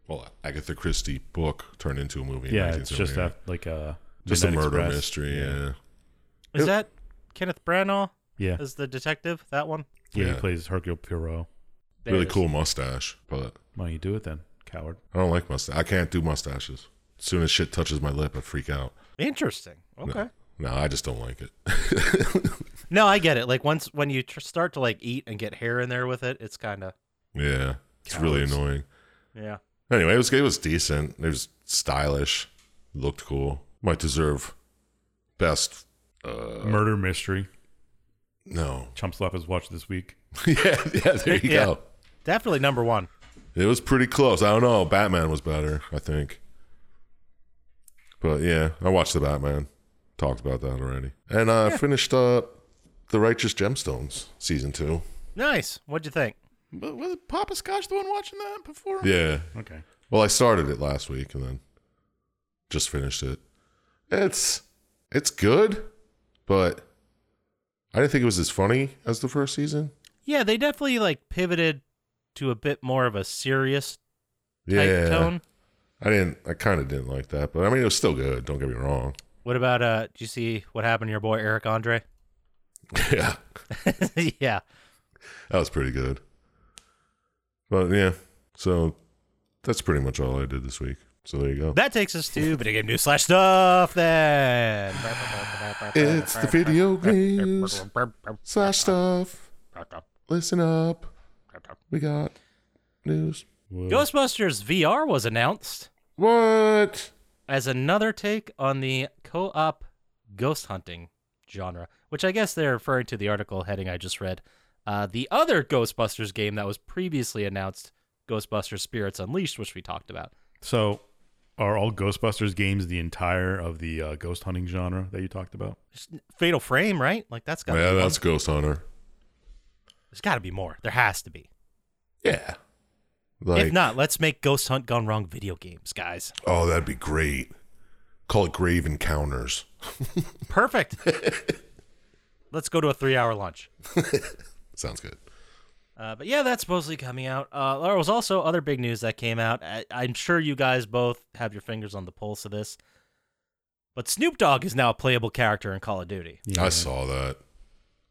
Speaker 3: Well, Agatha Christie book turned into a movie. in
Speaker 5: Yeah, it's just
Speaker 3: 1978.
Speaker 5: that like uh,
Speaker 3: just a
Speaker 5: Midnight
Speaker 3: murder
Speaker 5: Express.
Speaker 3: mystery. Yeah.
Speaker 4: Is that Kenneth Branagh
Speaker 5: Yeah,
Speaker 4: as the detective? That one?
Speaker 5: yeah,
Speaker 3: Yeah.
Speaker 5: he plays Hercule Poirot.
Speaker 4: There
Speaker 3: really
Speaker 4: it is.
Speaker 3: cool mustache, but
Speaker 5: Why don't you do it then, coward?
Speaker 3: I don't like mustache. I can't do mustaches. As soon as shit touches my lip, I freak out.
Speaker 4: Interesting. Okay.
Speaker 3: No, I just don't like it.
Speaker 4: No, I get it. Like once when you tr- start to like eat and get hair in there with it, it's kind of
Speaker 3: yeah, it's really
Speaker 4: Cowards.
Speaker 3: annoying.
Speaker 4: yeah.
Speaker 3: Anyway, it was it was decent. It was stylish, looked cool. Might deserve best. Uh,
Speaker 5: murder mystery.
Speaker 3: no,
Speaker 5: Chump Slap has watched this week.
Speaker 3: yeah, yeah. There you
Speaker 4: Yeah.
Speaker 3: go.
Speaker 4: Definitely number one.
Speaker 3: It was pretty close. I don't know. Batman was better, I think. But yeah, I watched the Batman. Talked about that already. And I finished up The Righteous Gemstones season two.
Speaker 4: Nice. What'd you think?
Speaker 5: But was Papa Scotch the one watching that before?
Speaker 3: Yeah.
Speaker 5: Okay.
Speaker 3: Well, I started it last week and then just finished it. It's it's good, but I didn't think it was as funny as the first season.
Speaker 4: Yeah, they definitely like pivoted to a bit more of a serious type
Speaker 3: Yeah.
Speaker 4: tone.
Speaker 3: I didn't I kinda didn't like that, but I mean it was still good, don't get me wrong.
Speaker 4: What about uh? Did you see what happened to your boy Eric Andre?
Speaker 3: yeah.
Speaker 4: yeah.
Speaker 3: That was pretty good. But yeah, so that's pretty much all I did this week. So there you go.
Speaker 4: That takes us to video game news slash stuff then.
Speaker 3: It's the video games slash stuff. Listen up. We got news.
Speaker 4: Ghostbusters VR was announced
Speaker 3: What?
Speaker 4: as another take on the co op ghost hunting genre, which I guess they're referring to the article heading I just read. Uh, the other Ghostbusters game that was previously announced, Ghostbusters Spirits Unleashed, which we talked about.
Speaker 5: So, are all Ghostbusters games the entire of the uh, ghost hunting genre that you talked about?
Speaker 4: It's Fatal Frame, right? Like, that's got
Speaker 3: Yeah,
Speaker 4: to be
Speaker 3: that's
Speaker 4: that's...
Speaker 3: Ghost Hunter.
Speaker 4: There's got to be more. There has to be.
Speaker 3: Yeah. Like,
Speaker 4: if not, let's make Ghost Hunt Gone Wrong video games, guys.
Speaker 3: oh, that'd be great. Call it Grave Encounters.
Speaker 4: Perfect. let's go to a three hour lunch.
Speaker 3: Sounds good.
Speaker 4: Uh, but yeah, that's mostly coming out. Uh, there was also other big news that came out. I- I'm sure you guys both have your fingers on the pulse of this. But Snoop Dogg is now a playable character in Call of Duty.
Speaker 3: I saw that. It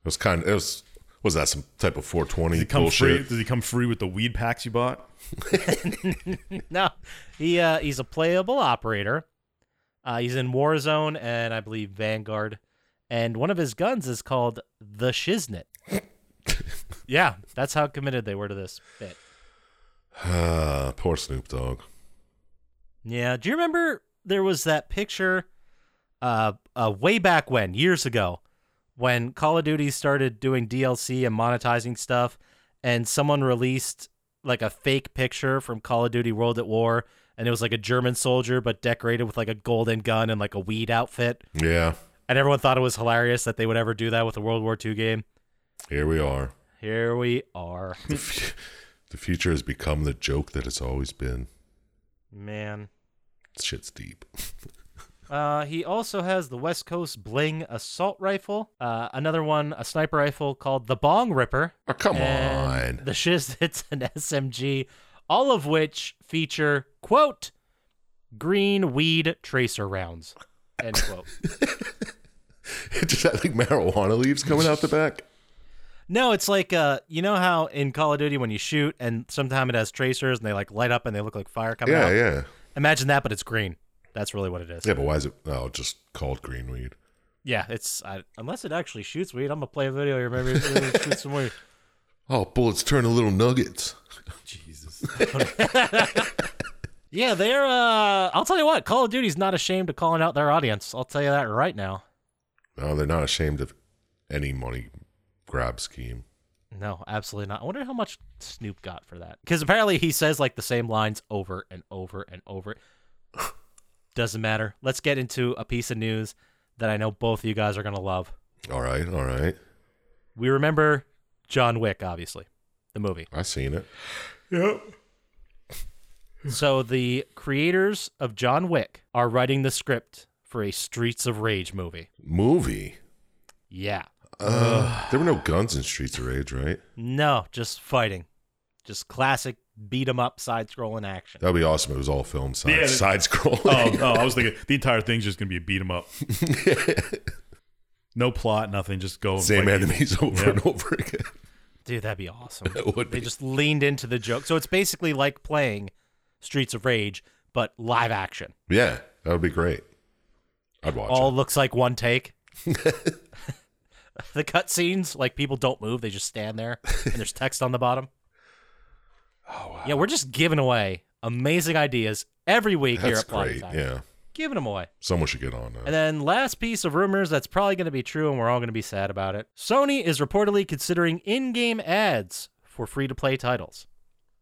Speaker 3: was kind of, it was, was that some type of 420
Speaker 5: Does he come free?
Speaker 3: bullshit?
Speaker 5: Does he come free with the weed packs you bought?
Speaker 4: no, he uh, he's a playable operator. Uh, he's in Warzone and I believe Vanguard. And one of his guns is called the Shiznit. yeah, that's how committed they were to this bit.
Speaker 3: Ah, poor Snoop Dogg.
Speaker 4: Yeah. Do you remember there was that picture uh, uh way back when, years ago, when Call of Duty started doing DLC and monetizing stuff, and someone released like a fake picture from Call of Duty World at War, and it was like a German soldier but decorated with like a golden gun and like a weed outfit.
Speaker 3: Yeah.
Speaker 4: And everyone thought it was hilarious that they would ever do that with a World War II game.
Speaker 3: Here we are.
Speaker 4: Here we are.
Speaker 3: The, f- the future has become the joke that it's always been.
Speaker 4: Man.
Speaker 3: Shit's deep.
Speaker 4: Uh, he also has the West Coast Bling assault rifle, uh, another one, a sniper rifle called the Bong Ripper.
Speaker 3: Oh, come
Speaker 4: and
Speaker 3: on.
Speaker 4: The shiz it's an SMG, all of which feature, quote, green weed tracer rounds, end quote.
Speaker 3: Just had like marijuana leaves coming out the back.
Speaker 4: no, it's like, uh, you know how in Call of Duty when you shoot and sometimes it has tracers and they like light up and they look like fire coming
Speaker 3: Yeah,
Speaker 4: out?
Speaker 3: yeah.
Speaker 4: Imagine that, but it's green. That's really what it is.
Speaker 3: Yeah, but why is it? Oh, just called green weed.
Speaker 4: Yeah, it's, I, unless it actually shoots weed, I'm going to play a video here. Maybe it shoots some weed.
Speaker 3: Oh, bullets turn to little nuggets.
Speaker 5: Jesus.
Speaker 4: Yeah, they're. uh I'll tell you what, Call of Duty's not ashamed of calling out their audience. I'll tell you that right now.
Speaker 3: No, they're not ashamed of any money grab scheme.
Speaker 4: No, absolutely not. I wonder how much Snoop got for that. Because apparently he says like the same lines over and over and over. Doesn't matter. Let's get into a piece of news that I know both of you guys are gonna love.
Speaker 3: All right, all right.
Speaker 4: We remember John Wick, obviously, the movie.
Speaker 3: I seen it.
Speaker 5: yep.
Speaker 4: So the creators of John Wick are writing the script for a Streets of Rage movie.
Speaker 3: Movie.
Speaker 4: Yeah.
Speaker 3: Uh, there were no guns in Streets of Rage, right?
Speaker 4: No, just fighting. Just classic beat 'em up side scrolling action.
Speaker 3: That'd be awesome. If it was all film side
Speaker 5: Yeah, that-
Speaker 3: side scrolling.
Speaker 5: Oh, oh, I was thinking the entire thing's just gonna be a beat 'em up. no plot, nothing. Just go. and
Speaker 3: Same
Speaker 5: fight
Speaker 3: enemies over
Speaker 5: Yeah.
Speaker 3: and over again.
Speaker 4: Dude, that'd be awesome.
Speaker 3: That would
Speaker 4: they
Speaker 3: be.
Speaker 4: just leaned into the joke. So it's basically like playing Streets of Rage, but live action.
Speaker 3: Yeah, that would be great. I'd watch
Speaker 4: All
Speaker 3: it.
Speaker 4: looks like one take. the cutscenes, like people don't move, they just stand there and there's text on the bottom. Oh wow. Yeah, we're just giving away amazing ideas every week here
Speaker 3: That's
Speaker 4: at Plotty
Speaker 3: great.
Speaker 4: Time.
Speaker 3: Yeah,
Speaker 4: Giving them away.
Speaker 3: someone should get on that.
Speaker 4: And then last piece of rumors that's probably going to be true and we're all going to be sad about it. Sony is reportedly considering in-game ads for free-to-play titles,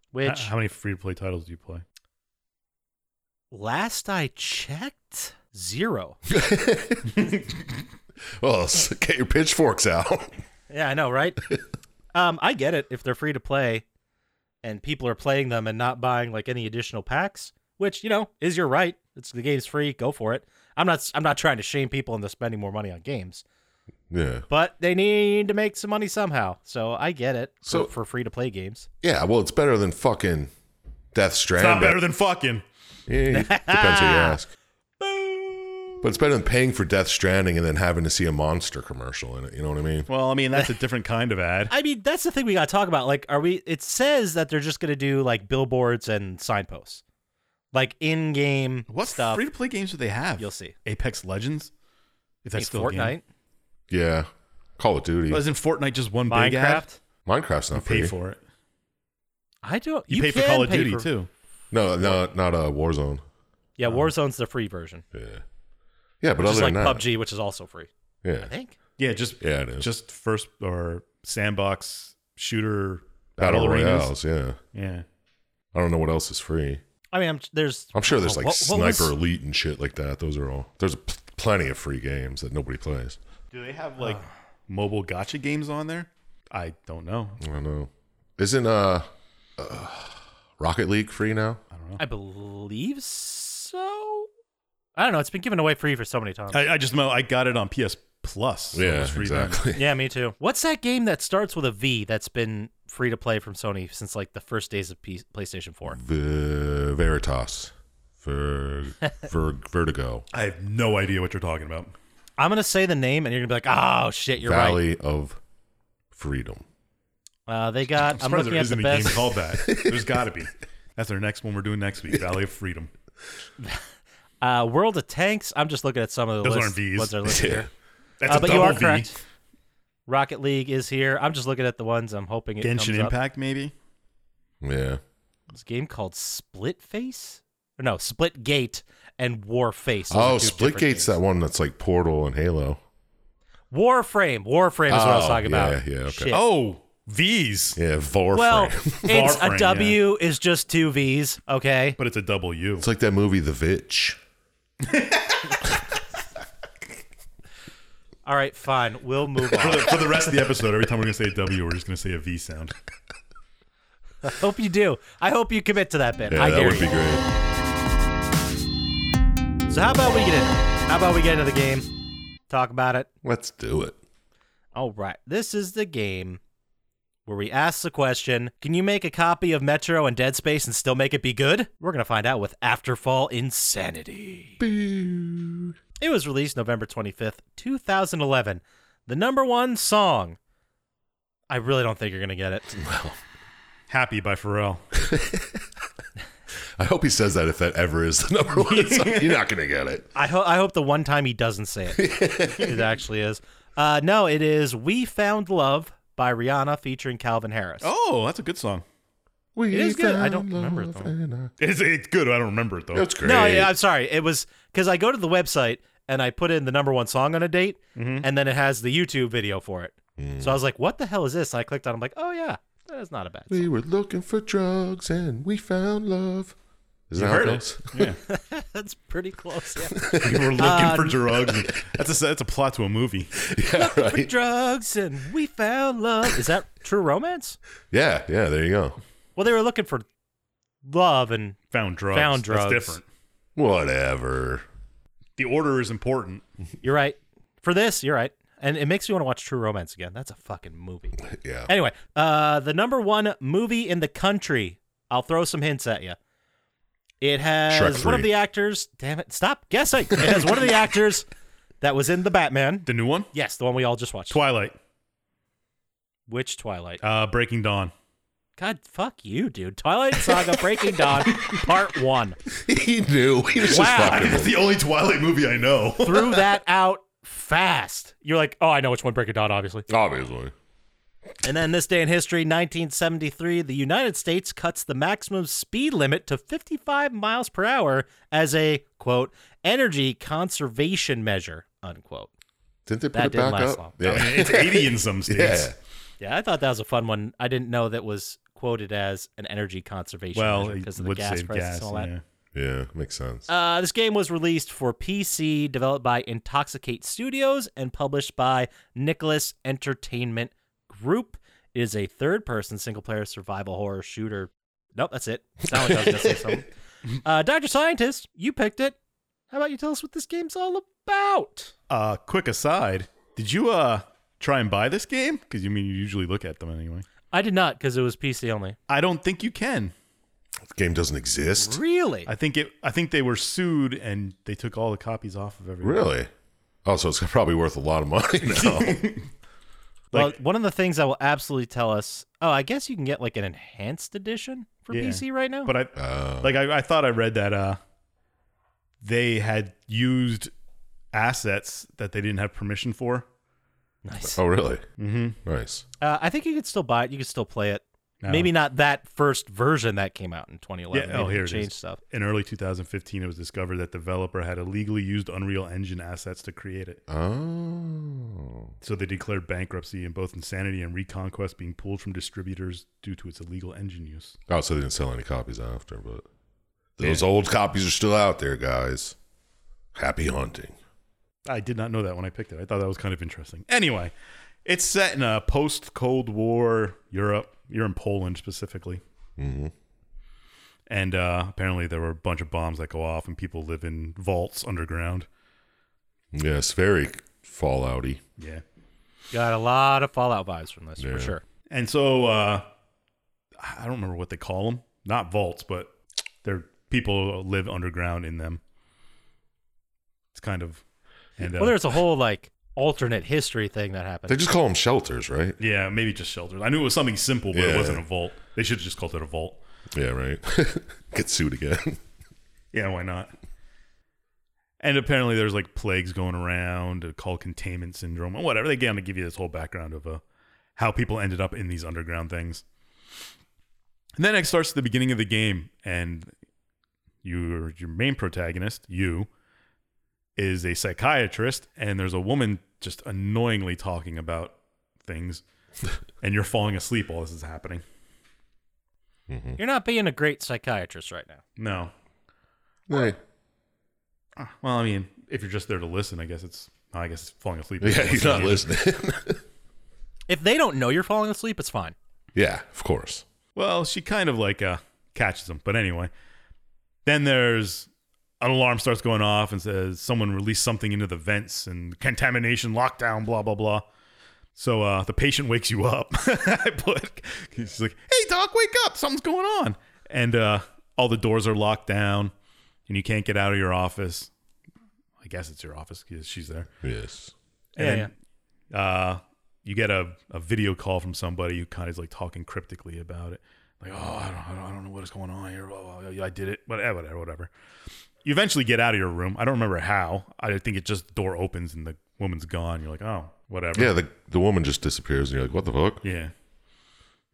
Speaker 5: H-
Speaker 4: which
Speaker 5: How, many free to play titles do you play?
Speaker 4: last I checked, zero.
Speaker 3: Well, s- get your pitchforks out.
Speaker 4: Yeah, I know, right? um, I get it if they're free to play and people are playing them and not buying like any additional packs, which, you know, is your right. It's the game's free, go for it. I'm not I'm not trying to shame people into spending more money on games,
Speaker 3: yeah,
Speaker 4: but they need to make some money somehow. So I get it for,
Speaker 3: So-
Speaker 4: for free to play games.
Speaker 3: yeah. Well, it's better than fucking Death
Speaker 5: It's not
Speaker 3: Stranding.
Speaker 5: better than fucking.
Speaker 3: Yeah, depends who you ask. But it's better than paying for Death Stranding and then having to see a monster commercial in it. You know what I mean?
Speaker 5: Well, I mean that's a different kind of ad.
Speaker 4: I mean, that's the thing we got to talk about. Like, are we? It says that they're just going to do like billboards and signposts, like in game
Speaker 5: What
Speaker 4: stuff.
Speaker 5: free to play games do they have?
Speaker 4: You'll see.
Speaker 5: Apex Legends. If
Speaker 4: Hey,
Speaker 5: that's still A game.
Speaker 4: Fortnite,
Speaker 3: Yeah. Call of Duty.
Speaker 5: Well, Isn't Fortnite just one big ad?
Speaker 4: Minecraft.
Speaker 3: Minecraft's not free.
Speaker 5: Pay for it.
Speaker 4: I don't.
Speaker 5: You, pay for
Speaker 4: can
Speaker 5: Call of
Speaker 4: pay
Speaker 5: Duty
Speaker 4: for-
Speaker 5: too.
Speaker 3: No, no, not uh, Warzone.
Speaker 4: Yeah, Warzone's the free version,
Speaker 3: Yeah. Yeah, but
Speaker 4: which
Speaker 3: other
Speaker 4: is like
Speaker 3: than that,
Speaker 4: PUBG, which is also free.
Speaker 3: yeah,
Speaker 4: I think.
Speaker 5: Yeah, just
Speaker 3: yeah, it is.
Speaker 5: just first or sandbox shooter
Speaker 3: Battle,
Speaker 5: arenas.
Speaker 3: Royales. Yeah,
Speaker 5: Yeah.
Speaker 3: I don't know what else is free.
Speaker 4: I mean, I'm, there's.
Speaker 3: I'm sure there's like
Speaker 4: Oh, What- what
Speaker 3: Sniper
Speaker 4: was-
Speaker 3: Elite and shit like that. Those are all. There's pl- plenty of free games that nobody plays.
Speaker 5: Do they have like mobile gotcha games on there? I don't know.
Speaker 3: I don't know. Isn't uh, uh Rocket League free now?
Speaker 4: I believe so. I don't know. It's been given away free for so many times.
Speaker 5: I, I just know I got it on PS Plus. so it
Speaker 3: yeah,
Speaker 5: was free then.
Speaker 3: exactly.
Speaker 4: yeah, me too. What's that game that starts with a V that's been free to play from Sony since like the first days of P- PlayStation 4?
Speaker 3: V- Veritas, Ver- Ver- Vertigo,
Speaker 5: I have no idea what you're talking about.
Speaker 4: I'm gonna say the name, and you're gonna be like, "Oh shit, you're right."
Speaker 3: Valley of Freedom.
Speaker 4: Uh, they got. I'm,
Speaker 5: surprised
Speaker 4: looking
Speaker 5: there
Speaker 4: at the
Speaker 5: isn't a game
Speaker 4: best.
Speaker 5: called that. There's got to be. That's our next one we're doing next week. Valley of Freedom.
Speaker 4: Uh, World of Tanks. I'm just looking at some of the
Speaker 5: Those
Speaker 4: lists,
Speaker 5: aren't Vs.
Speaker 4: ones that are listed here.
Speaker 5: That's
Speaker 4: Uh,
Speaker 5: a
Speaker 4: but you
Speaker 5: double
Speaker 4: are
Speaker 5: V.
Speaker 4: correct. Rocket League is here. I'm just looking at the ones. I'm hoping it comes
Speaker 5: Genshin
Speaker 4: up.
Speaker 5: Impact, maybe.
Speaker 3: Yeah,
Speaker 4: This game called Split Face? Or no, Split Gate and War Face. Those
Speaker 3: Oh,
Speaker 4: are two
Speaker 3: Split
Speaker 4: different
Speaker 3: Gate's
Speaker 4: games.
Speaker 3: that one that's like Portal and Halo.
Speaker 4: Warframe. Warframe is what I was
Speaker 3: Oh,
Speaker 4: talking about.
Speaker 3: yeah, yeah, okay.
Speaker 4: Shit.
Speaker 5: Oh, V's,
Speaker 3: Yeah, Varframe.
Speaker 4: well, it's
Speaker 5: Warframe, yeah.
Speaker 4: a W is just two V's. Okay.
Speaker 5: but it's a W.
Speaker 3: it's like that movie The Vitch.
Speaker 4: All right, fine. We'll move
Speaker 5: for,
Speaker 4: on.
Speaker 5: the, for the rest of the episode, every time we're gonna say a W, we're just gonna say a V sound.
Speaker 4: I hope you do. I hope you commit to that bit.
Speaker 3: Yeah,
Speaker 4: I
Speaker 3: that
Speaker 4: dare
Speaker 3: would
Speaker 4: you.
Speaker 3: be great.
Speaker 4: So how about we get in? How about we get into the game? Talk about it.
Speaker 3: Let's do it.
Speaker 4: All right. This is the game where we ask the question Can you make a copy of Metro and Dead Space and still make it be good? We're going to find out with Afterfall Insanity. It was released November 25th, 2011. The number one song. I really don't think you're going to get it.
Speaker 5: Happy by Pharrell.
Speaker 3: I hope he says that if that ever is the number one. song. You're not gonna get it.
Speaker 4: I, ho- I hope the one time he doesn't say it, it actually is. Uh, no, it is We Found Love by Rihanna featuring Calvin Harris.
Speaker 5: Oh, that's a good song.
Speaker 3: We
Speaker 4: is good. I don't
Speaker 3: found
Speaker 4: remember it,
Speaker 3: love
Speaker 4: though.
Speaker 3: and I-
Speaker 5: It's, it's good. I don't remember it though.
Speaker 3: That's great.
Speaker 4: No, yeah, I'm sorry. It was because I go to the website and I put in the number one song on a date,
Speaker 5: Mm-hmm.
Speaker 4: and then it has the YouTube video for it.
Speaker 5: Mm.
Speaker 4: So I was like, "What the hell is this?" And I clicked on. it. I'm like, "Oh yeah, that's not a bad." Song.
Speaker 3: we were looking for drugs and we found love. Is
Speaker 5: You
Speaker 3: that how it
Speaker 5: heard
Speaker 3: goes?
Speaker 5: it. Yeah,
Speaker 4: that's pretty close. Yeah.
Speaker 5: we were looking
Speaker 4: Ah,
Speaker 5: for drugs. That's a that's a plot to a movie.
Speaker 3: Yeah,
Speaker 4: We
Speaker 3: right.
Speaker 4: drugs and we found love. Is that True Romance?
Speaker 3: Yeah, yeah. There you go.
Speaker 4: Well, they were looking for love, and
Speaker 5: Found drugs.
Speaker 4: Found drugs.
Speaker 5: That's different.
Speaker 3: Whatever.
Speaker 5: The order is important.
Speaker 4: you're right. For this, you're right. and it makes me want to watch True Romance again. That's a fucking movie.
Speaker 3: Yeah.
Speaker 4: Anyway, uh, the number one movie in the country. I'll throw some hints at you. It has
Speaker 3: Shrek
Speaker 4: one of
Speaker 3: 3.
Speaker 4: the actors. Damn it! Stop guessing. It has one of the actors that was in the Batman.
Speaker 5: The new one?
Speaker 4: Yes, the one we all just watched.
Speaker 5: Twilight.
Speaker 4: Which Twilight?
Speaker 5: Uh, Breaking Dawn.
Speaker 4: God, fuck you, dude. Twilight Saga: Breaking Dawn, Part One.
Speaker 3: he knew. He was
Speaker 4: Wow.
Speaker 3: just fucking.
Speaker 5: That's the only Twilight movie I know.
Speaker 4: Threw that out fast. You're like, oh, I know which one. Breaking Dawn, obviously.
Speaker 3: Oh. Obviously.
Speaker 4: And then this day in history, 1973, the United States cuts the maximum speed limit to 55 miles per hour as a quote energy conservation measure unquote.
Speaker 3: Didn't they put
Speaker 4: That
Speaker 3: it
Speaker 4: didn't
Speaker 3: back
Speaker 4: last
Speaker 3: up?
Speaker 4: long.
Speaker 5: I mean,
Speaker 3: Yeah.
Speaker 5: it's 80 in some states.
Speaker 3: yeah.
Speaker 4: Yeah, I thought that was a fun one. I didn't know that was quoted as an energy conservation
Speaker 5: Well, it
Speaker 4: because of the
Speaker 5: would
Speaker 4: gas
Speaker 5: save
Speaker 4: prices
Speaker 5: gas.
Speaker 4: and all that.
Speaker 5: yeah.
Speaker 3: Yeah. Makes sense.
Speaker 4: Uh, this game was released for PC, developed by Intoxicate Studios, and published by Nicholas Entertainment Group. It is a third person single player survival horror shooter. Nope, that's it. Sound like I was gonna say something. Uh, Dr. Scientist, you picked it. How about you tell us what this game's all about?
Speaker 5: Uh, quick aside, did you uh try and buy this game? Because you mean you usually look at them anyway.
Speaker 4: I did not because it was PC only.
Speaker 5: I don't think you can.
Speaker 3: the game doesn't exist.
Speaker 4: Really?
Speaker 5: I think it. I think they were sued and they took all the copies off of everyone.
Speaker 3: Really? Oh, so it's probably worth a lot of money now.
Speaker 4: well, one of the things I will absolutely tell us oh, I guess you can get like an enhanced edition for
Speaker 5: Yeah.
Speaker 4: PC right now.
Speaker 5: But I
Speaker 3: Oh.
Speaker 5: like. I, I thought I read that uh they had used assets that they didn't have permission for.
Speaker 4: nice.
Speaker 3: oh, really?
Speaker 5: Mm-hmm.
Speaker 3: Nice.
Speaker 4: Uh, I think you could still buy it. You could still play it.
Speaker 5: No.
Speaker 4: Maybe not that first version that came out in 2011.
Speaker 5: Yeah, oh,
Speaker 4: Maybe
Speaker 5: here
Speaker 4: they
Speaker 5: it is.
Speaker 4: changed stuff.
Speaker 5: In early 2015, it was discovered that the developer had illegally used Unreal Engine assets to create it.
Speaker 3: Oh.
Speaker 5: So they declared bankruptcy and both Insanity and Reconquest being pulled from distributors due to its illegal engine use.
Speaker 3: Oh, so they didn't sell any copies after, but those old copies are still out there, guys. Happy hunting.
Speaker 5: I did not know that when I picked it. I thought that was kind of interesting. Anyway, it's set in a post Cold War Europe. You're in Poland specifically.
Speaker 3: Mhm.
Speaker 5: And uh, apparently there were a bunch of bombs that go off and people live in vaults underground.
Speaker 3: Yes, very Fallouty.
Speaker 5: Yeah.
Speaker 4: Got a lot of Fallout vibes from this
Speaker 3: Yeah.
Speaker 4: for sure.
Speaker 5: And so uh, I don't remember what they call them. Not vaults, but they're people live underground in them. It's kind of. And, uh,
Speaker 4: Well, there's a whole like alternate history thing that happened.
Speaker 3: They just call them shelters, right?
Speaker 5: Yeah, maybe just shelters. I knew it was something simple, but it
Speaker 3: Yeah.
Speaker 5: wasn't a vault. They should have just called it a vault.
Speaker 3: Yeah, right. Get sued again.
Speaker 5: Yeah, why not? And apparently, there's like plagues going around uh, called containment syndrome and whatever. They get on to give you this whole background of uh, how people ended up in these underground things. And then it starts at the beginning of the game, and your your main protagonist, you, is a psychiatrist, and there's a woman just annoyingly talking about things, and you're falling asleep while this is happening.
Speaker 4: You're not being a great psychiatrist right now.
Speaker 5: No,
Speaker 3: Hey.
Speaker 5: Well, I mean, if you're just there to listen, I guess it's. I guess it's falling asleep.
Speaker 3: Yeah, he's not listening.
Speaker 4: If they don't know you're falling asleep, it's fine.
Speaker 3: yeah, of course.
Speaker 5: Well, she kind of like uh, catches him, but anyway. Then there's an alarm starts going off and says someone released something into the vents and contamination lockdown, blah blah blah. So uh, the patient wakes you up. I put. She's like, "Hey, doc, wake up! Something's going on!" And uh, all the doors are locked down, and you can't get out of your office. I guess it's your office because she's there.
Speaker 3: Yes.
Speaker 4: Yeah,
Speaker 5: And then, uh, you get a, a video call from somebody who kind of is like talking cryptically about it. Like, oh, I don't, I don't, I don't know what is going on here. Blah, blah, blah. I did it. Whatever, whatever, whatever. You eventually get out of your room. I don't remember how. I think it just the door opens and the woman's gone. You're like, oh, whatever.
Speaker 3: Yeah, the the woman just disappears, and you're like, "What the fuck?"
Speaker 5: Yeah.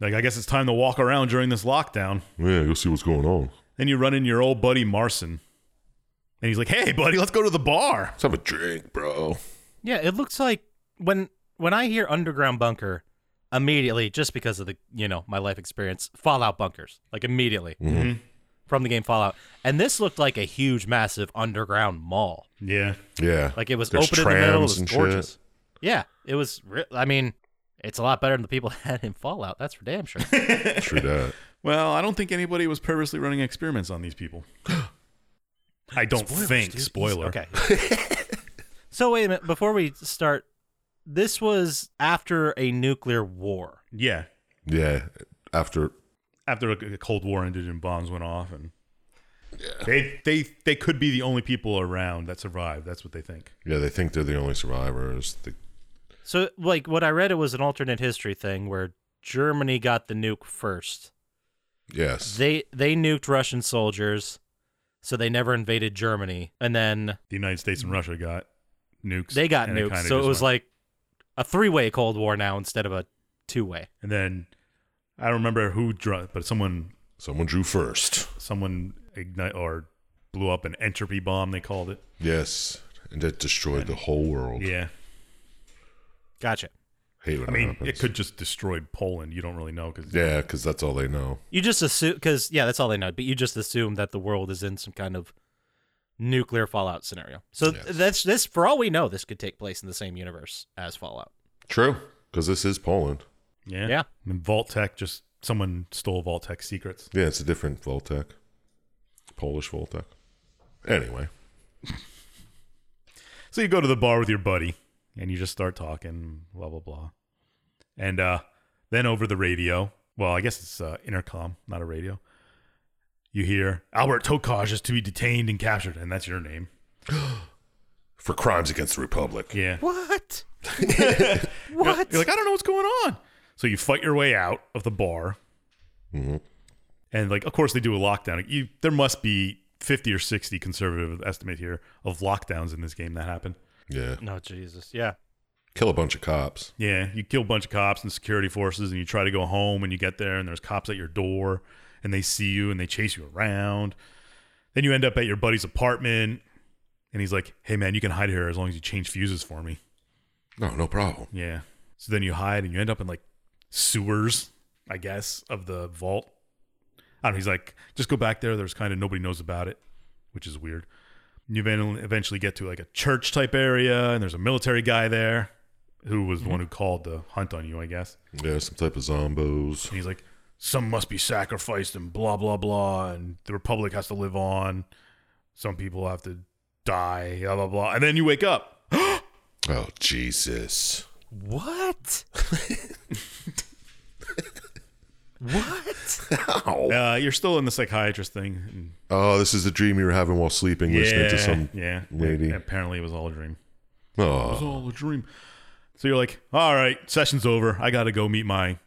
Speaker 5: Like, I guess it's time to walk around during this lockdown.
Speaker 3: Yeah, you'll see what's going on.
Speaker 5: Then you run in your old buddy Marson. And he's like, hey, buddy, let's go to the bar.
Speaker 3: Let's have a drink, bro.
Speaker 4: Yeah, it looks like when when I hear underground bunker, immediately just because of the you know my life experience, Fallout bunkers like immediately
Speaker 5: Mhm.
Speaker 4: from the game Fallout, and this looked like a huge, massive underground mall.
Speaker 5: Yeah.
Speaker 3: Yeah,
Speaker 4: Like it was
Speaker 3: There's
Speaker 4: open in the middle. It
Speaker 3: trams
Speaker 4: was
Speaker 3: and
Speaker 4: gorgeous. Yeah, it was. Re- I mean, it's a lot better than the people had in Fallout. That's for damn sure.
Speaker 3: True that.
Speaker 5: Well, I don't think anybody was purposely running experiments on these people. I don't think. Spoiler.
Speaker 4: Okay. so wait a minute. Before we start this was after a nuclear war.
Speaker 5: Yeah.
Speaker 3: Yeah. After
Speaker 5: After like, the Cold War ended and bombs went off, and they they they could be the only people around that survived. That's what they think.
Speaker 3: yeah, they think they're the only survivors. They,
Speaker 4: So, like, what I read, it was an alternate history thing where Germany got the nuke first.
Speaker 3: yes.
Speaker 4: They they nuked Russian soldiers, so they never invaded Germany, and then
Speaker 5: The United States and Russia got nukes.
Speaker 4: Mm. they got
Speaker 5: and
Speaker 4: nuked.
Speaker 5: kinda
Speaker 4: So it
Speaker 5: just
Speaker 4: was
Speaker 5: went-
Speaker 4: like a three way Cold War now instead of a two way.
Speaker 5: and then I don't remember who drew, but someone
Speaker 3: Someone drew first.
Speaker 5: someone ignite or blew up an entropy bomb. They called it.
Speaker 3: Yes. And that destroyed the whole world.
Speaker 5: Yeah.
Speaker 4: Gotcha.
Speaker 3: Hate when
Speaker 5: I mean,
Speaker 3: that happens.
Speaker 5: it could just destroy Poland. You don't really know because
Speaker 3: Yeah, because that's all they know.
Speaker 4: You just assume because yeah, that's all they know. But you just assume that the world is in some kind of nuclear fallout scenario. So
Speaker 3: Yes.
Speaker 4: that's this. For all we know, this could take place in the same universe as Fallout.
Speaker 3: True. Because this is Poland.
Speaker 5: yeah,
Speaker 4: Yeah.
Speaker 5: I mean, Vault Tech just someone stole Vault Tech secrets.
Speaker 3: Yeah, it's a different Voltec. Polish Voltec. Anyway.
Speaker 5: So you go to the bar with your buddy and you just start talking, blah blah blah, and uh, then over the radio. Well, I guess it's uh, intercom, not a radio. You hear Albert Tokaj is to be detained and captured, and that's your name.
Speaker 3: For crimes against the Republic.
Speaker 5: Yeah.
Speaker 4: What?
Speaker 5: You're-
Speaker 4: what?
Speaker 5: You're like, I don't know what's going on. So you fight your way out of the bar.
Speaker 3: Mhm.
Speaker 5: And like, of course, they do a lockdown. You, there must be 50 or 60 conservative estimate here of lockdowns in this game that happen.
Speaker 3: Yeah.
Speaker 4: no, Oh, Jesus. Yeah.
Speaker 3: Kill a bunch of cops.
Speaker 5: Yeah, you kill a bunch of cops and security forces, and you try to go home, and you get there, and there's cops at your door, and they see you, and they chase you around. Then you end up at your buddy's apartment, and he's like, "Hey, man, you can hide here as long as you change fuses for me."
Speaker 3: No, no problem.
Speaker 5: Yeah. So then you hide and you end up in like sewers, I guess, of the vault. I don't know. He's like, just go back there. There's kind of nobody knows about it, which is weird. You then eventually get to like a church type area and there's a military guy there who was the one who called to hunt on you, I guess.
Speaker 3: Yeah, some type of zombos.
Speaker 5: And he's like, some must be sacrificed and blah, blah, blah. And the Republic has to live on. Some people have to die, blah, blah, blah. And then you wake up.
Speaker 3: Oh, Jesus.
Speaker 4: What? what?
Speaker 3: Ow.
Speaker 5: Uh, you're still in the psychiatrist thing. And
Speaker 3: Oh, this is the dream you were having while sleeping, listening to some.
Speaker 5: yeah.
Speaker 3: lady.
Speaker 5: Apparently, it was all a dream. It was
Speaker 3: Oh,
Speaker 5: all a dream. So you're like, all right, session's over. I got to go meet my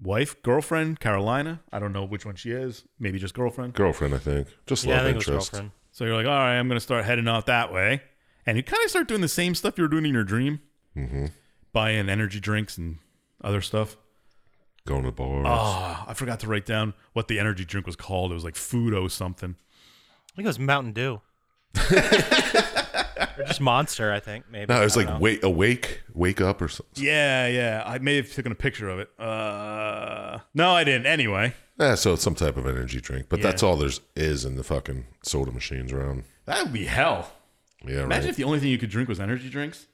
Speaker 5: wife, girlfriend, Carolina. I don't know which one she is. Maybe just girlfriend.
Speaker 3: girlfriend, I think. Just
Speaker 4: yeah, I
Speaker 3: love
Speaker 4: think it was
Speaker 3: interest.
Speaker 4: girlfriend.
Speaker 5: So you're like, all right, I'm going to start heading off that way. And you kind of start doing the same stuff you were doing in your dream,
Speaker 3: Mm-hmm.
Speaker 5: buying energy drinks and other stuff.
Speaker 3: Going to bars.
Speaker 5: Ah, I forgot to write down what the energy drink was called. It was like Fudo something.
Speaker 4: I think it was Mountain Dew. or just Monster, I think, maybe.
Speaker 3: no, it was
Speaker 4: I don't
Speaker 3: like
Speaker 4: know.
Speaker 3: wake, awake, wake up, or something.
Speaker 5: Yeah, yeah. I may have taken a picture of it. Uh, no, I didn't. Anyway.
Speaker 3: Yeah, eh, so it's some type of energy drink, but
Speaker 5: Yeah.
Speaker 3: that's all there's is in the fucking soda machines around.
Speaker 5: That would be hell.
Speaker 3: Yeah,
Speaker 5: Imagine
Speaker 3: right.
Speaker 5: if the only thing you could drink was energy drinks.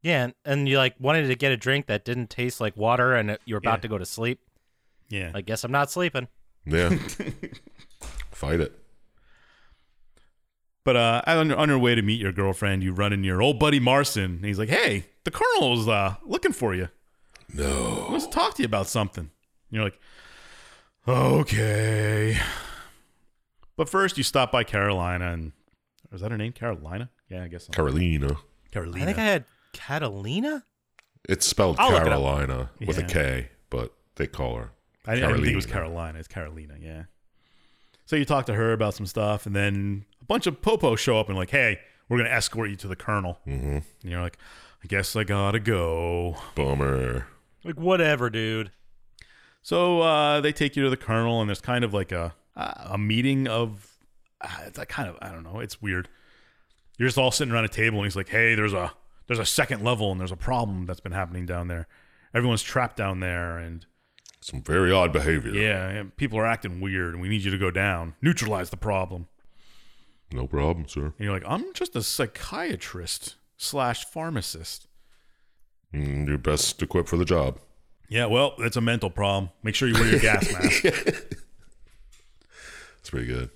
Speaker 4: Yeah, and, and you like wanted to get a drink that didn't taste like water and it- you were about
Speaker 5: Yeah.
Speaker 4: to go to sleep.
Speaker 5: Yeah.
Speaker 4: I guess I'm not sleeping.
Speaker 3: yeah, fight it.
Speaker 5: but uh, on, your, on your way to meet your girlfriend, you run into your old buddy Marson, and he's like, "Hey, the colonel is uh, looking for you.
Speaker 3: No,
Speaker 5: Wants to talk to you about something." And you're like, "Okay." But first, you stop by Carolina, and is that her name? Carolina? Yeah, I guess. So.
Speaker 3: Carolina.
Speaker 5: Carolina.
Speaker 4: I think I had Catalina?
Speaker 3: It's spelled
Speaker 5: I'll look it up.
Speaker 3: Carolina with
Speaker 5: Yeah.
Speaker 3: a K, but they call her.
Speaker 5: I, didn't- I didn't think it was
Speaker 3: Carolina.
Speaker 5: Carolina. It's Carolina, yeah. So you talk to her about some stuff, and then a bunch of popos show up and like, hey, we're gonna escort you to the colonel. Mm-hmm. And you're like, I guess I gotta go.
Speaker 3: Bummer.
Speaker 4: Like whatever, dude.
Speaker 5: So uh, they take you to the colonel, and there's kind of like a a meeting of uh, it's like kind of I don't know, it's weird. You're just all sitting around a table, and he's like, hey, there's a there's a second level, and there's a problem that's been happening down there. Everyone's trapped down there, and
Speaker 3: Some very odd behavior.
Speaker 5: yeah, and people are acting weird, and we need you to go down, neutralize the problem.
Speaker 3: No problem, sir.
Speaker 5: And you're like, I'm just a psychiatrist slash pharmacist.
Speaker 3: Mm, you're best equipped for the job.
Speaker 5: Yeah, well, that's a mental problem. Make sure you wear your gas mask.
Speaker 3: It's pretty good.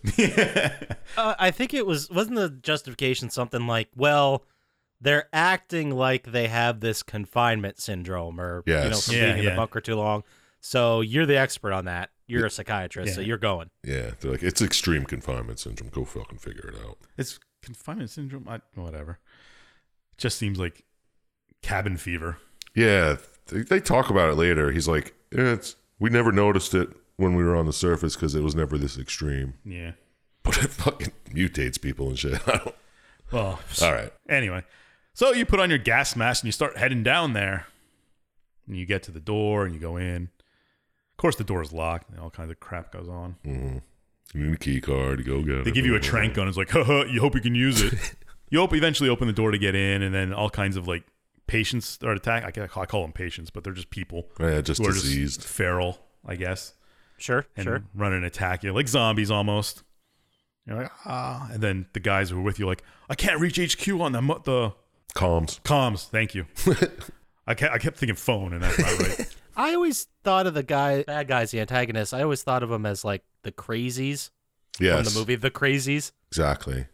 Speaker 4: Uh, I think it was wasn't the justification something like, well, they're acting like they have this confinement syndrome or you know
Speaker 3: Yes.
Speaker 4: from
Speaker 5: Yeah,
Speaker 4: being in
Speaker 5: yeah.
Speaker 4: the bunker too long. So you're the expert on that. You're a psychiatrist, so
Speaker 5: Yeah.
Speaker 4: you're going.
Speaker 3: Yeah, they're like it's extreme confinement syndrome. Go fucking figure it out.
Speaker 5: It's confinement syndrome. I, whatever. It just seems like cabin fever.
Speaker 3: Yeah, they, they talk about it later. He's like, "Eh, it's we never noticed it when we were on the surface because it was never this extreme,
Speaker 5: Yeah.
Speaker 3: but it fucking mutates people and shit. I don't-
Speaker 5: Well,
Speaker 3: All right,
Speaker 5: Oh, Anyway, so you put on your gas mask and you start heading down there. And you get to the door and you go in. Of course, the door is locked and all kinds of crap goes on.
Speaker 3: mm-hmm. you need a key card. Go get.
Speaker 5: They
Speaker 3: it.
Speaker 5: give you a trank gun. It's like, huh, huh, you hope you can use it. you hope eventually open the door to get in, and then all kinds of like patients start attack. I, ca- I call them patients, but they're just people
Speaker 3: Yeah, just
Speaker 5: who are
Speaker 3: diseased.
Speaker 5: just feral, I guess,
Speaker 4: Sure,
Speaker 5: and
Speaker 4: sure.
Speaker 5: run and attack you like zombies almost. You're like, ah, and then the guys who are with you are like, I can't reach HQ on the mo- the
Speaker 3: Calms.
Speaker 5: Comms, thank you. I kept, I kept thinking phone, and that's not right.
Speaker 4: I always thought of the guy, bad guys, the antagonists. I always thought of them as like the crazies
Speaker 3: Yes,
Speaker 4: from the movie The Crazies,
Speaker 3: exactly.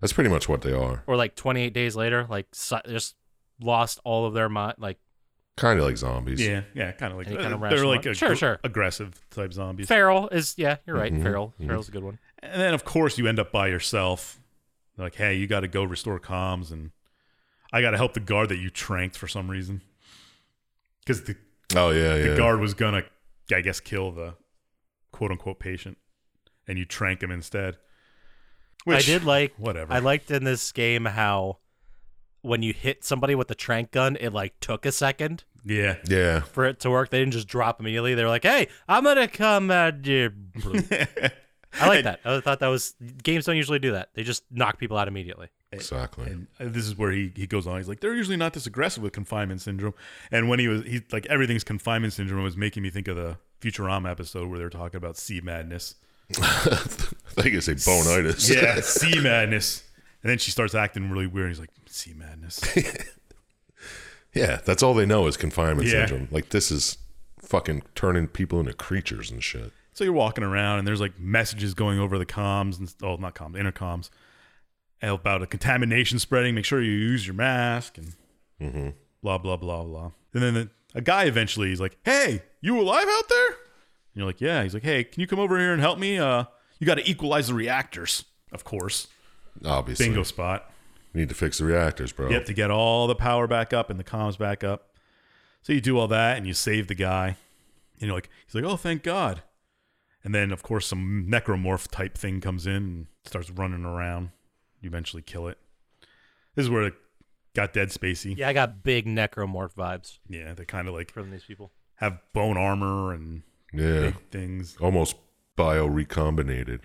Speaker 3: That's pretty much what they are.
Speaker 4: or like 28 Days Later, like so, just lost all of their mind. Like
Speaker 3: Kind of like zombies.
Speaker 5: yeah, yeah, kind of like
Speaker 4: Any kind of
Speaker 5: they're
Speaker 4: rational
Speaker 5: like
Speaker 4: one. Sure, sure.
Speaker 5: aggressive type zombies.
Speaker 4: feral is, yeah, you're right.
Speaker 3: Mhm,
Speaker 4: Feral,
Speaker 3: mhm.
Speaker 4: feral's a good one.
Speaker 5: And then of course you end up by yourself. They're like, hey, you got to go restore comms, and I got to help the guard that you tranked for some reason, because the,
Speaker 3: Oh yeah, yeah.
Speaker 5: the guard was gonna, I guess, kill the quote unquote patient, and you trank him instead. Which,
Speaker 4: I did like
Speaker 5: whatever.
Speaker 4: I liked in this game how when you hit somebody with the trank gun, it like took a second
Speaker 5: yeah,
Speaker 3: Yeah,
Speaker 4: for it to work. They didn't just drop immediately. They were like, "Hey, I'm gonna come at you." I like that. I thought that was games don't usually do that. They just knock people out immediately.
Speaker 3: exactly.
Speaker 5: And this is where he, he goes on. He's like, they're usually not this aggressive with confinement syndrome. And when he was, he's like, everything's confinement syndrome was making me think of the Futurama episode where they're talking about sea madness.
Speaker 3: I think it's a bonitis.
Speaker 5: Yeah, sea madness. And then she starts acting really weird. He's like, sea madness.
Speaker 3: Yeah, that's all they know is confinement
Speaker 5: Yeah.
Speaker 3: syndrome. Like this is fucking turning people into creatures and shit.
Speaker 5: so you're walking around and there's like messages going over the comms and, oh, not comms, intercoms about a contamination spreading. Make sure you use your mask and blah, blah, blah, blah. And then the, a guy eventually is like, hey, you alive out there? And you're like, yeah. He's like, hey, can you come over here and help me? Uh, you got to equalize the reactors, of course.
Speaker 3: Obviously,
Speaker 5: Bingo spot.
Speaker 3: We need to fix the reactors, bro.
Speaker 5: You have to get all the power back up and the comms back up. So you do all that and you save the guy. And you're like, he's like, oh, thank God. And then, of course, some necromorph type thing comes in and starts running around. You eventually kill it. This is where it got dead spacey.
Speaker 4: Yeah, I got big necromorph vibes
Speaker 5: Yeah, they kind of like
Speaker 4: from these people.
Speaker 5: have bone armor and
Speaker 3: yeah,
Speaker 5: big things.
Speaker 3: almost bio recombinated.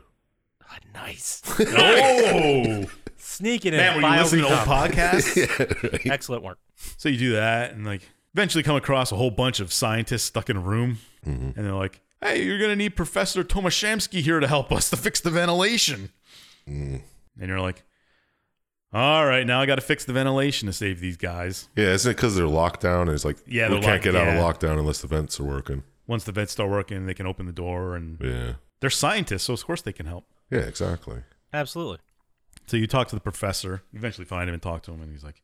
Speaker 4: Ah, nice.
Speaker 5: Oh,
Speaker 4: Sneaking in.
Speaker 5: man, were you
Speaker 4: bio
Speaker 5: listening to old
Speaker 4: recon.
Speaker 5: podcasts?
Speaker 4: Excellent work.
Speaker 5: So you do that, and like eventually come across a whole bunch of scientists stuck in a room, and they're like, "Hey, you're gonna need Professor Tomashamsky here to help us to fix the ventilation."
Speaker 3: Mm-hmm.
Speaker 5: And you're like, "All right, now I got to fix the ventilation to save these guys."
Speaker 3: Yeah, isn't it because they're locked down? And it's like
Speaker 5: Yeah,
Speaker 3: we
Speaker 5: they're
Speaker 3: can't
Speaker 5: locked-
Speaker 3: get out
Speaker 5: yeah.
Speaker 3: of lockdown unless the vents are working.
Speaker 5: Once the vets start working, they can open the door, and
Speaker 3: Yeah,
Speaker 5: they're scientists, so of course they can help.
Speaker 3: yeah, exactly.
Speaker 4: Absolutely.
Speaker 5: So you talk to the professor, you eventually find him and talk to him, and he's like,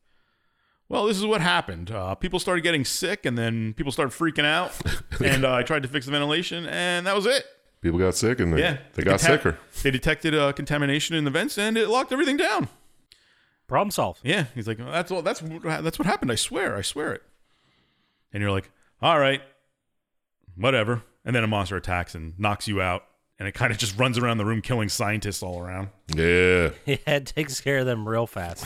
Speaker 5: well, this is what happened. Uh, people started getting sick, and then people started freaking out. and uh, I tried to fix the ventilation, and that was it.
Speaker 3: People got sick and they,
Speaker 5: Yeah,
Speaker 3: they got
Speaker 5: detec-
Speaker 3: sicker.
Speaker 5: They detected uh, contamination in the vents, and it locked everything down.
Speaker 4: Problem solved.
Speaker 5: Yeah, he's like, that's all. That's what- that's what happened. I swear, I swear it. And you're like, all right, whatever. And then a monster attacks and knocks you out, and it kind of just runs around the room, killing scientists all around.
Speaker 3: Yeah,
Speaker 4: Yeah, it takes care of them real fast.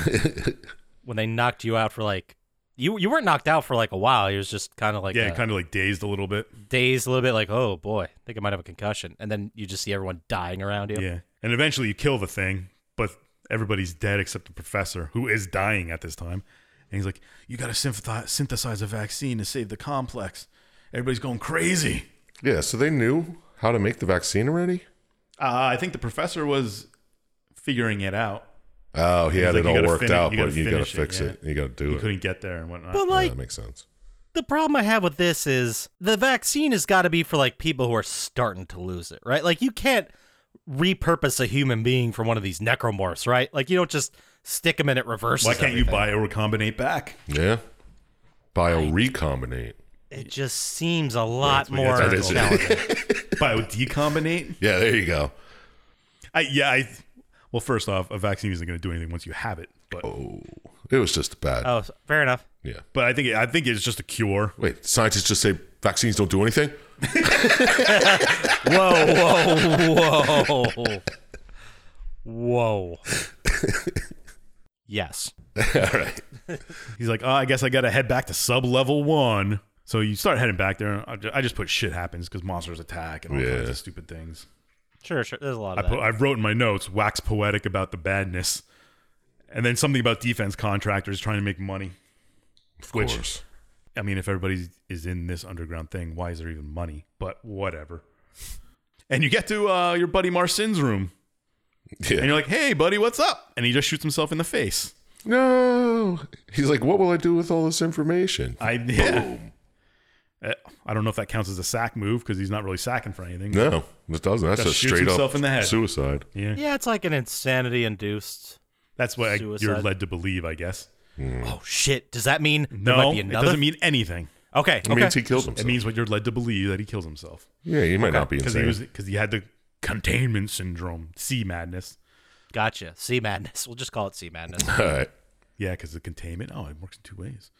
Speaker 4: when they knocked you out for like you you weren't knocked out for like a while. You was just kind of like
Speaker 5: yeah,
Speaker 4: uh,
Speaker 5: kind of like dazed a little bit.
Speaker 4: dazed a little bit, like oh boy, I think I might have a concussion. And then you just see everyone dying around you.
Speaker 5: Yeah, and eventually you kill the thing, but everybody's dead except the professor, who is dying at this time. And he's like, you got to synthesize a vaccine to save the complex. Everybody's going crazy.
Speaker 3: yeah. So they knew how to make the vaccine already.
Speaker 5: Uh, I think the professor was figuring it out.
Speaker 3: Oh, he
Speaker 5: He's
Speaker 3: had
Speaker 5: like,
Speaker 3: it
Speaker 5: you
Speaker 3: all
Speaker 5: gotta
Speaker 3: worked
Speaker 5: fini-
Speaker 3: out,
Speaker 5: you
Speaker 3: but
Speaker 5: gotta
Speaker 3: you got to
Speaker 5: finish it,
Speaker 3: fix
Speaker 5: yeah.
Speaker 3: it. You got to do
Speaker 5: He
Speaker 3: it.
Speaker 5: couldn't get there and whatnot.
Speaker 4: But
Speaker 3: Yeah,
Speaker 4: like
Speaker 3: that makes sense.
Speaker 4: the problem I have with this is the vaccine has got to be for like people who are starting to lose it, right? Like you can't repurpose a human being from one of these necromorphs, right? Like you don't just stick them in it reverses.
Speaker 5: Why can't you
Speaker 4: everything.
Speaker 5: buy a recombinate back?
Speaker 3: Yeah. Bio recombinate.
Speaker 4: It just seems a lot
Speaker 5: Wait, wait,
Speaker 4: more.
Speaker 5: that's-
Speaker 3: That is
Speaker 4: challenging.
Speaker 3: it.
Speaker 5: Bio decombinate?
Speaker 3: yeah, there you go.
Speaker 5: I, yeah, I. Well, first off, a vaccine isn't going to do anything once you have it. But
Speaker 3: Oh, It was just bad.
Speaker 4: Oh, so- fair enough.
Speaker 3: Yeah.
Speaker 5: but I think I think it's just a cure.
Speaker 3: Wait, scientists just say vaccines don't do anything?
Speaker 4: Whoa, whoa, whoa, whoa. Yes.
Speaker 3: All right.
Speaker 5: He's like, oh, I guess I got to head back to sub level one. So you start heading back there. I ju- I just put shit happens because monsters attack and all
Speaker 3: Yeah.
Speaker 5: kinds of stupid things.
Speaker 4: Sure, sure. There's a lot
Speaker 5: I,
Speaker 4: of that.
Speaker 5: put, I wrote in my notes, wax poetic about the badness, and then something about defense contractors trying to make money.
Speaker 3: Of
Speaker 5: Which-
Speaker 3: course.
Speaker 5: I mean, if everybody is in this underground thing, why is there even money? But whatever. And you get to uh, your buddy Marcin's room, and
Speaker 3: Yeah.
Speaker 5: you're like, "Hey, buddy, what's up?" And he just shoots himself in the face.
Speaker 3: No. He's like, what will I do with all this information?
Speaker 5: I yeah. Uh, I don't know if that counts as a sack move because he's not really sacking for anything.
Speaker 3: No, it doesn't. That's
Speaker 5: Just
Speaker 3: a
Speaker 5: shoots
Speaker 3: straight
Speaker 5: himself
Speaker 3: up
Speaker 5: in the head.
Speaker 3: suicide.
Speaker 5: Yeah,
Speaker 4: yeah, it's like an insanity induced.
Speaker 5: that's what I, you're
Speaker 4: Suicide.
Speaker 5: led to believe, I guess.
Speaker 4: Oh shit! Does that mean there
Speaker 5: No,
Speaker 4: might be
Speaker 5: it
Speaker 4: another?
Speaker 5: doesn't mean anything.
Speaker 4: okay.
Speaker 3: It
Speaker 4: okay.
Speaker 3: means he killed himself.
Speaker 5: It means what you're led to believe that he kills himself.
Speaker 3: yeah, he might not be
Speaker 5: because he
Speaker 3: insane.
Speaker 5: was because he had the containment syndrome, sea madness.
Speaker 4: Gotcha. Sea madness. We'll just call it sea madness.
Speaker 3: all right.
Speaker 5: Yeah, because the containment. Oh, it works in two ways.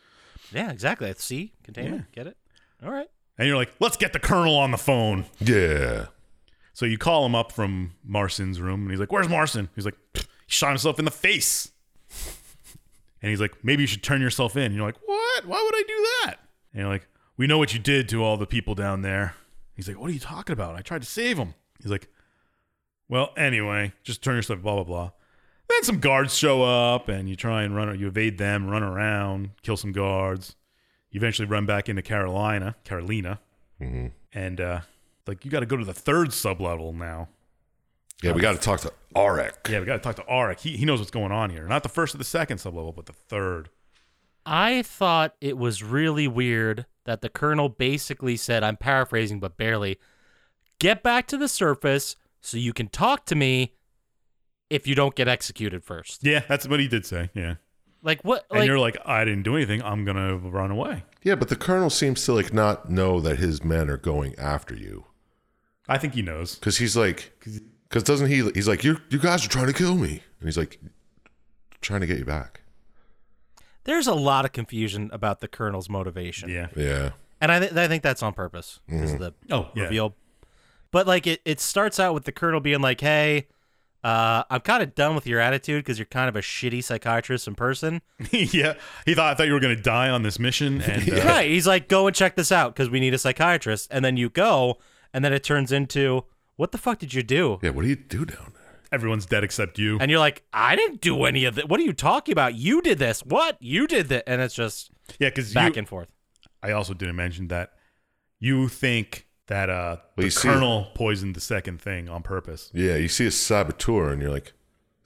Speaker 4: yeah, exactly. It's sea containment. Get it? All right.
Speaker 5: And you're like, let's get the colonel on the phone.
Speaker 3: Yeah.
Speaker 5: So you call him up from Marson's room, and he's like, "Where's Marson?" He's like, "Pfft, "He shot himself in the face." And he's like, "Maybe you should turn yourself in." And you're like, "What? Why would I do that?" And you're like, "We know what you did to all the people down there." He's like, "What are you talking about? I tried to save him." He's like, "Well, anyway, just turn yourself." Blah blah blah. Then some guards show up, and you try and run. You evade them, run around, kill some guards. You eventually run back into Carolina, Carolina,
Speaker 3: Mm-hmm.
Speaker 5: and uh, like you got to go to the third sub level now.
Speaker 3: Yeah, we got to talk to Arik.
Speaker 5: Yeah, we got to talk to Arik. He, he knows what's going on here. Not the first or the second sub level, but the third.
Speaker 4: I thought it was really weird that the colonel basically said, I'm paraphrasing, but barely, get back to the surface so you can talk to me if you don't get executed first.
Speaker 5: Yeah, that's what he did say. Yeah,
Speaker 4: Like, what?
Speaker 5: and
Speaker 4: Like,
Speaker 5: you're like, I didn't do anything. I'm gonna run away.
Speaker 3: Yeah, but the colonel seems to like not know that his men are going after you
Speaker 5: I think he knows.
Speaker 3: because he's like, because doesn't he? He's like, you you guys are trying to kill me, and he's like, trying to get you back.
Speaker 4: there's a lot of confusion about the colonel's motivation.
Speaker 5: Yeah,
Speaker 3: Yeah,
Speaker 4: And I, th- I think that's on purpose. Is the
Speaker 5: Oh, yeah.
Speaker 4: reveal. But like it, it starts out with the colonel being like, "Hey, uh, I'm kind of done with your attitude because you're kind of a shitty psychiatrist in person."
Speaker 5: yeah. He thought I thought you were gonna die on this mission, and uh,
Speaker 4: Right. He's like, "Go and check this out because we need a psychiatrist." And then you go, and then it turns into, "What the fuck did you do?"
Speaker 3: yeah. What do you do down there?
Speaker 5: everyone's dead except you.
Speaker 4: And you're like, "I didn't do any of that. What are you talking about? You did this. What? You did that?" And it's just
Speaker 5: yeah, because
Speaker 4: back and forth.
Speaker 5: I also didn't mention that you think that uh,
Speaker 3: Well,
Speaker 5: the
Speaker 3: you see-
Speaker 5: colonel poisoned the second thing on purpose.
Speaker 3: Yeah, you see a saboteur, and you're like,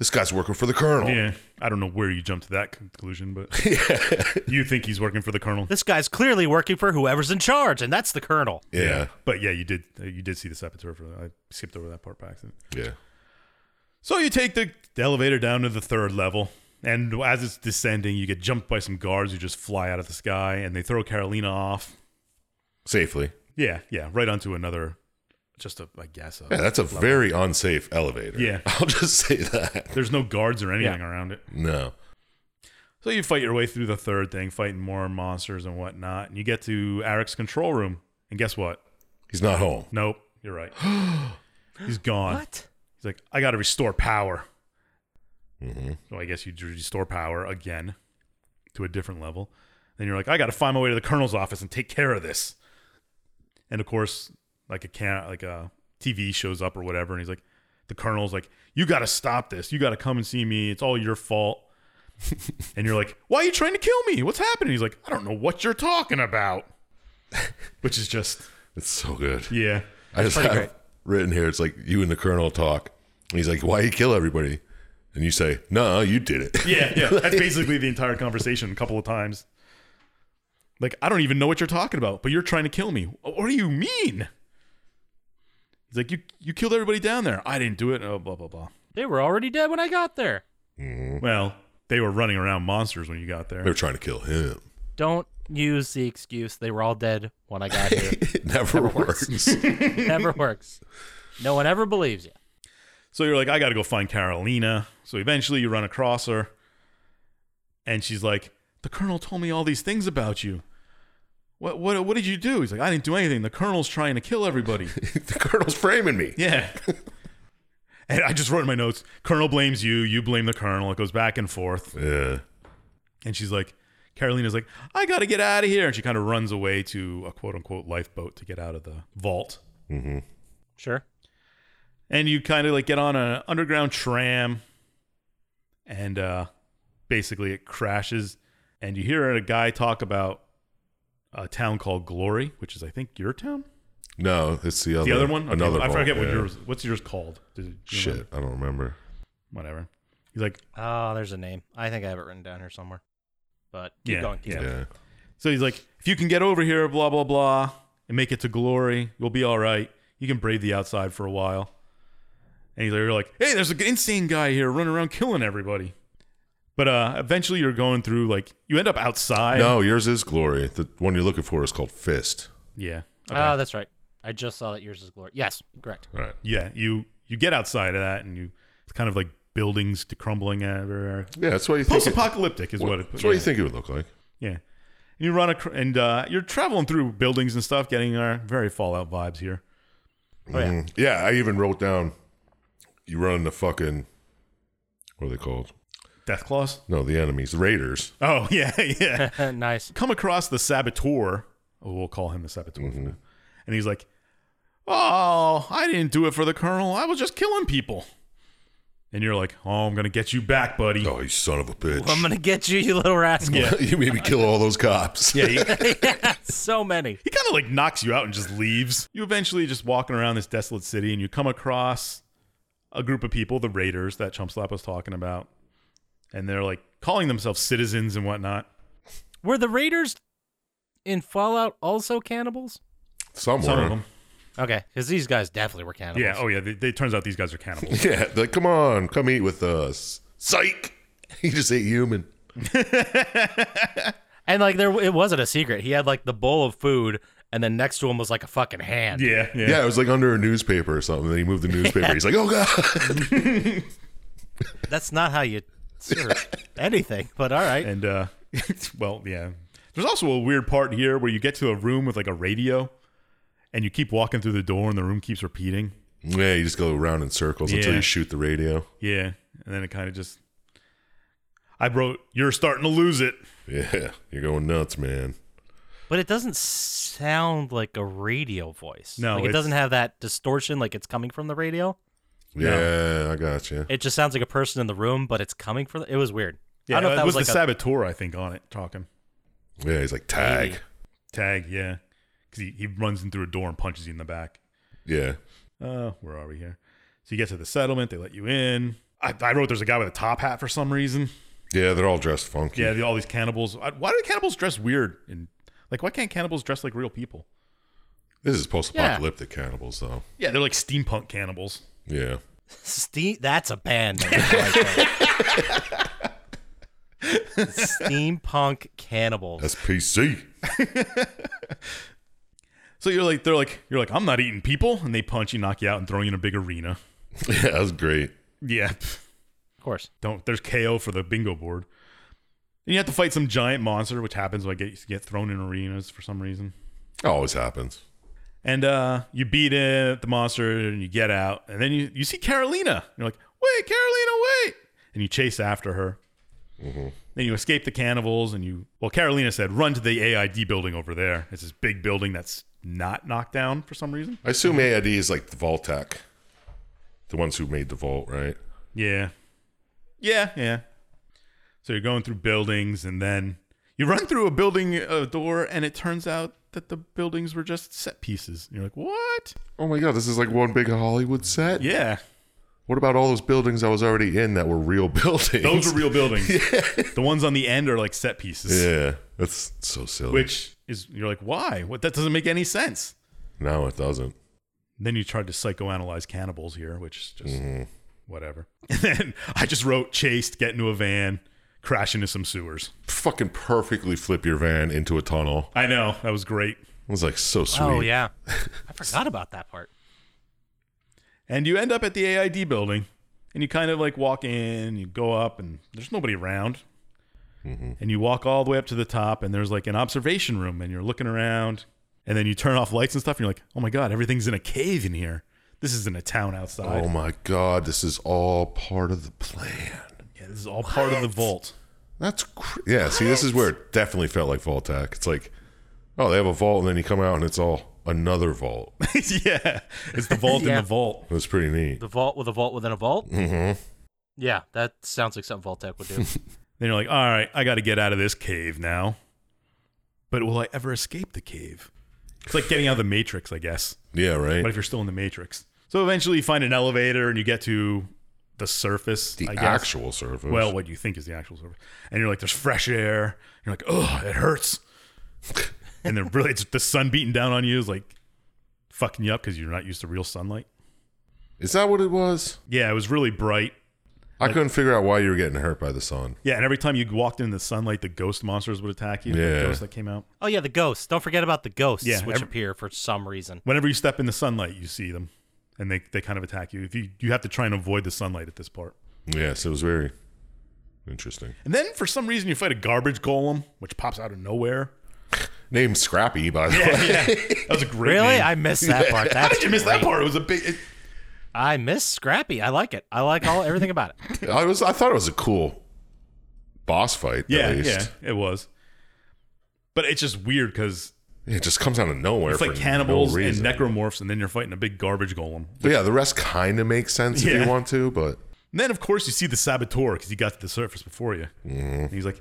Speaker 3: this guy's working for the colonel.
Speaker 5: Yeah, I don't know where you jumped to that conclusion, but you think he's working for the colonel.
Speaker 4: This guy's clearly working for whoever's in charge, and that's the colonel.
Speaker 3: yeah,
Speaker 5: But yeah, you did uh, you did see the saboteur for that. I skipped over that part by accident.
Speaker 3: yeah.
Speaker 5: So you take the elevator down to the third level, and as it's descending, you get jumped by some guards who just fly out of the sky, and they throw Carolina off.
Speaker 3: Safely.
Speaker 5: Yeah, yeah, right onto another, just a I guess. A,
Speaker 3: Yeah, that's a very unsafe elevator.
Speaker 5: Yeah.
Speaker 3: I'll just say that.
Speaker 5: There's no guards or anything around it.
Speaker 3: No.
Speaker 5: So you fight your way through the third thing, fighting more monsters and whatnot, and you get to Arik's control room. And guess what?
Speaker 3: He's not home.
Speaker 5: Nope, you're right. He's gone.
Speaker 4: What?
Speaker 5: He's like, I got to restore power. So I guess you d- restore power again to a different level. Then you're like, I got to find my way to the colonel's office and take care of this. And of course, like a can, like a TV shows up or whatever, and he's like, the colonel's like, you got to stop this. You got to come and see me. It's all your fault. and you're like, why are you trying to kill me? What's happening? He's like, I don't know what you're talking about. Which is just,
Speaker 3: It's so good.
Speaker 5: yeah.
Speaker 3: I just have written here. It's like you and the colonel talk. And he's like, "Why you kill everybody?" And you say, "No, you did it."
Speaker 5: Yeah, yeah. That's basically the entire conversation a couple of times. Like, I don't even know what you're talking about, but you're trying to kill me. What do you mean? He's like, you you killed everybody down there. I didn't do it. Oh, blah blah blah.
Speaker 4: They were already dead when I got there.
Speaker 5: Well, they were running around monsters when you got
Speaker 3: They
Speaker 5: there.
Speaker 3: were trying to kill him.
Speaker 4: Don't use the excuse they were all dead when I got here.
Speaker 3: It never, works.
Speaker 4: Never works. No one ever believes you.
Speaker 5: So you're like, I got to go find Carolina. So eventually you run across her, and she's like, "The colonel told me all these things about you. What what what did you do?" He's like, "I didn't do anything. The colonel's trying to kill everybody."
Speaker 3: the colonel's framing me.
Speaker 5: Yeah. and I just wrote in my notes, Colonel blames you, you blame the Colonel. It goes back and forth.
Speaker 3: Yeah.
Speaker 5: And she's like, Carolina's like, I got to get out of here. And she kind of runs away to a quote unquote lifeboat to get out of the vault.
Speaker 3: Mm-hmm.
Speaker 4: Sure.
Speaker 5: And you kind of like get on an underground tram and uh, basically it crashes. And you hear a guy talk about a town called Glory, which is, I think, your town?
Speaker 3: No, it's the other.
Speaker 5: The other one? Okay,
Speaker 3: Another.
Speaker 5: I
Speaker 3: vault,
Speaker 5: forget what
Speaker 3: yeah.
Speaker 5: yours, what's yours called? Does it- do you
Speaker 3: Shit,
Speaker 5: remember?
Speaker 3: I don't remember.
Speaker 5: Whatever. He's like,
Speaker 4: Oh, there's a name. I think I have it written down here somewhere. But keep
Speaker 5: Yeah,
Speaker 4: going. Keep
Speaker 5: yeah.
Speaker 4: going.
Speaker 3: Yeah.
Speaker 5: So he's like, if you can get over here, blah, blah, blah, and make it to glory, you'll be all right. You can brave the outside for a while. And he's like- you're like, hey, there's an insane guy here running around killing everybody. But uh, eventually you're going through, like, you end up outside.
Speaker 3: No, yours is glory. The one you're looking for is called Fist.
Speaker 5: Yeah.
Speaker 4: Oh, that's right. I just saw that yours is glory. Yes, correct.
Speaker 3: All right.
Speaker 5: Yeah. You you get outside of that and you, it's kind of like buildings crumbling everywhere.
Speaker 3: Yeah, that's what you think.
Speaker 5: Post
Speaker 3: It,
Speaker 5: apocalyptic is what, it
Speaker 3: that's what you think it would look like.
Speaker 5: Yeah. And you run across, and uh, you're traveling through buildings and stuff, getting our very Fallout vibes here.
Speaker 4: Oh, yeah.
Speaker 3: Mm. Yeah, I even wrote down. You run the fucking. What are they called?
Speaker 5: Death claws.
Speaker 3: No, the enemies, raiders.
Speaker 5: Oh, yeah. Yeah.
Speaker 4: nice.
Speaker 5: come across the saboteur. Oh, we'll call him the saboteur.
Speaker 3: Mm-hmm.
Speaker 5: for now. And he's like, Oh, I didn't do it for the colonel. I was just killing people. And you're like, Oh, I'm going to get you back, buddy.
Speaker 3: Oh, you son of a bitch!
Speaker 4: I'm gonna get you, you little rascal.
Speaker 3: you made me kill all those cops.
Speaker 5: Yeah. He, he
Speaker 4: so many.
Speaker 5: kind of like knocks you out and just leaves. You eventually just walking around this desolate city and you come across a group of people, the raiders that Chumpslap was talking about. And they're like calling themselves citizens and whatnot.
Speaker 4: Were the raiders in Fallout also cannibals?
Speaker 3: Somewhere.
Speaker 5: Some of them.
Speaker 4: Okay, because these guys definitely were cannibals.
Speaker 5: Yeah. Oh, yeah. They, they, turns out these guys are cannibals.
Speaker 3: Yeah, they're like come on, come eat with us. Psych. He just ate human.
Speaker 4: And like there, it wasn't a secret. He had like the bowl of food, and then next to him was like a fucking hand.
Speaker 5: yeah. Yeah.
Speaker 3: Yeah, it was like under a newspaper or something. Then he moved the newspaper. He's like, oh god.
Speaker 4: That's not how you serve anything. But all right.
Speaker 5: And uh well, yeah. There's also a weird part here where you get to a room with like a radio and you keep walking through the door and the room keeps repeating.
Speaker 3: yeah, you just go around in circles until
Speaker 5: Yeah.
Speaker 3: you shoot the radio.
Speaker 5: Yeah. And then it kind of just I wrote, You're starting to lose it.
Speaker 3: Yeah, you're going nuts, man.
Speaker 4: But it doesn't sound like a radio voice.
Speaker 5: No,
Speaker 4: like, it
Speaker 5: it's-
Speaker 4: doesn't have that distortion. Like it's coming from the radio.
Speaker 3: Yeah, I got you.
Speaker 4: It just sounds like a person in the room, but it's coming from. The, it was weird.
Speaker 5: Yeah,
Speaker 4: I don't know
Speaker 5: it
Speaker 4: if that
Speaker 5: was,
Speaker 4: was, like
Speaker 5: the
Speaker 4: a,
Speaker 5: saboteur, I think, on it talking.
Speaker 3: Yeah, he's like tag.
Speaker 5: Tag, yeah. Because he, he runs in through a door and punches you in the back.
Speaker 3: Yeah,
Speaker 5: Uh, where are we here? So you get to the settlement, they let you in. I, I wrote there's a guy with a top hat for some reason.
Speaker 3: yeah, they're all dressed funky.
Speaker 5: Yeah, the, all these cannibals. I- Why do cannibals dress weird? And like, why can't cannibals dress like real people?
Speaker 3: This is post-apocalyptic cannibals, though.
Speaker 5: Yeah, they're like steampunk cannibals.
Speaker 3: Yeah,
Speaker 4: Steam. That's a band. name right there. Steampunk cannibals.
Speaker 3: SPC.
Speaker 5: So you're like, they're like, you're like, I'm not eating people, and they punch you, knock you out, and throw you in a big arena.
Speaker 3: Yeah, that was great.
Speaker 5: Yeah,
Speaker 4: Of course.
Speaker 5: don't. There's KO for the bingo board. And you have to fight some giant monster, which happens when I get get thrown in arenas for some reason.
Speaker 3: Always happens.
Speaker 5: And uh, you beat it, the monster, and you get out, and then you you see Carolina. You're like, wait, Carolina, wait! And you chase after her. Then you escape the cannibals, and you well, Carolina said, run to the AID building over there. It's this big building that's not knocked down for some reason.
Speaker 3: I assume AID is like the Vault Tech, the ones who made the Vault, right?
Speaker 5: Yeah. Yeah, yeah. So you're going through buildings and then you run through a building uh, door and it turns out that the buildings were just set pieces. And you're like, "What?"
Speaker 3: Oh my god, this is like one big Hollywood set.
Speaker 5: Yeah.
Speaker 3: What about all those buildings I was already in that were real buildings?
Speaker 5: Those are real buildings. The ones on the end are like set pieces.
Speaker 3: Yeah, that's so silly.
Speaker 5: Which is you're like, "Why? What that doesn't make any sense."
Speaker 3: no, it doesn't.
Speaker 5: And then you tried to psychoanalyze
Speaker 3: Mm-hmm.
Speaker 5: cannibals here, which is just whatever. And then I just wrote chased, get into a van, crash into some sewers.
Speaker 3: Fucking perfectly flip your van into a tunnel.
Speaker 5: I know that was great.
Speaker 3: It was like so sweet.
Speaker 4: Oh yeah, I forgot about that part.
Speaker 5: And you end up at the AID building, and you kind of like walk in, you go up, and there's nobody around. And you walk all the way up to the top, and there's like an observation room, and you're looking around, and then you turn off lights and stuff, and you're like, oh my God, everything's in a cave in here. This isn't a town outside.
Speaker 3: Oh my god, this is all part of the plan.
Speaker 5: yeah, this is all part of the vault.
Speaker 3: That's cr- yeah. See, this is where it definitely felt like Vault Tech. It's like, oh, they have a vault, and then you come out, and it's all another vault. It
Speaker 5: yeah, it's the vault in
Speaker 4: Yeah.
Speaker 5: the vault.
Speaker 3: was pretty neat.
Speaker 4: The vault with a vault within a vault. Mm-hmm. Yeah, that sounds like something Vault Tech would do.
Speaker 5: Then you're like, all right, I got to get out of this cave now. But will I ever escape the cave? It's like getting out of the Matrix, I guess.
Speaker 3: Yeah, right.
Speaker 5: But if you're still in the Matrix, so eventually you find an elevator and you get to the surface.
Speaker 3: the
Speaker 5: I guess.
Speaker 3: actual surface.
Speaker 5: well, what you think is the actual surface, and you're like, there's fresh air. You're like, oh, it hurts. and then really, it's the sun beating down on you is like fucking you up because you're not used to real sunlight.
Speaker 3: is that what it was?
Speaker 5: Yeah, it was really bright.
Speaker 3: I couldn't figure out why you were getting hurt by the sun.
Speaker 5: Yeah, and every time you walked in the sunlight, the ghost monsters would attack you.
Speaker 3: Yeah.
Speaker 5: the ghosts that came out.
Speaker 4: oh yeah, the ghosts. Don't forget about the ghosts,
Speaker 5: Yeah,
Speaker 4: which
Speaker 5: every-
Speaker 4: appear for some reason.
Speaker 5: whenever you step in the sunlight, you see them, and they, they kind of attack you. If you you have to try and avoid the sunlight at this part,
Speaker 3: Yes, it was very interesting.
Speaker 5: and then for some reason you fight a garbage golem, which pops out of nowhere.
Speaker 3: Named Scrappy, by the way.
Speaker 5: that was a great.
Speaker 4: Really,
Speaker 5: name.
Speaker 4: I missed that part.
Speaker 5: How
Speaker 4: That's
Speaker 5: did you miss that
Speaker 4: great.
Speaker 5: part? It was a big. It,
Speaker 4: I miss Scrappy. I like it. I like all everything about it.
Speaker 3: I was. I thought it was a cool boss fight.
Speaker 5: yeah,
Speaker 3: at least.
Speaker 5: yeah, it was. But it's just weird because
Speaker 3: It just comes out of nowhere.
Speaker 5: it's
Speaker 3: for
Speaker 5: like cannibals
Speaker 3: no
Speaker 5: and
Speaker 3: reason.
Speaker 5: necromorphs, and then you're fighting a big garbage golem.
Speaker 3: But yeah, the rest kind of makes sense if
Speaker 5: Yeah.
Speaker 3: you want to, but
Speaker 5: And then of course you see the saboteur because he got to the surface before you.
Speaker 3: mm,
Speaker 5: And he's like,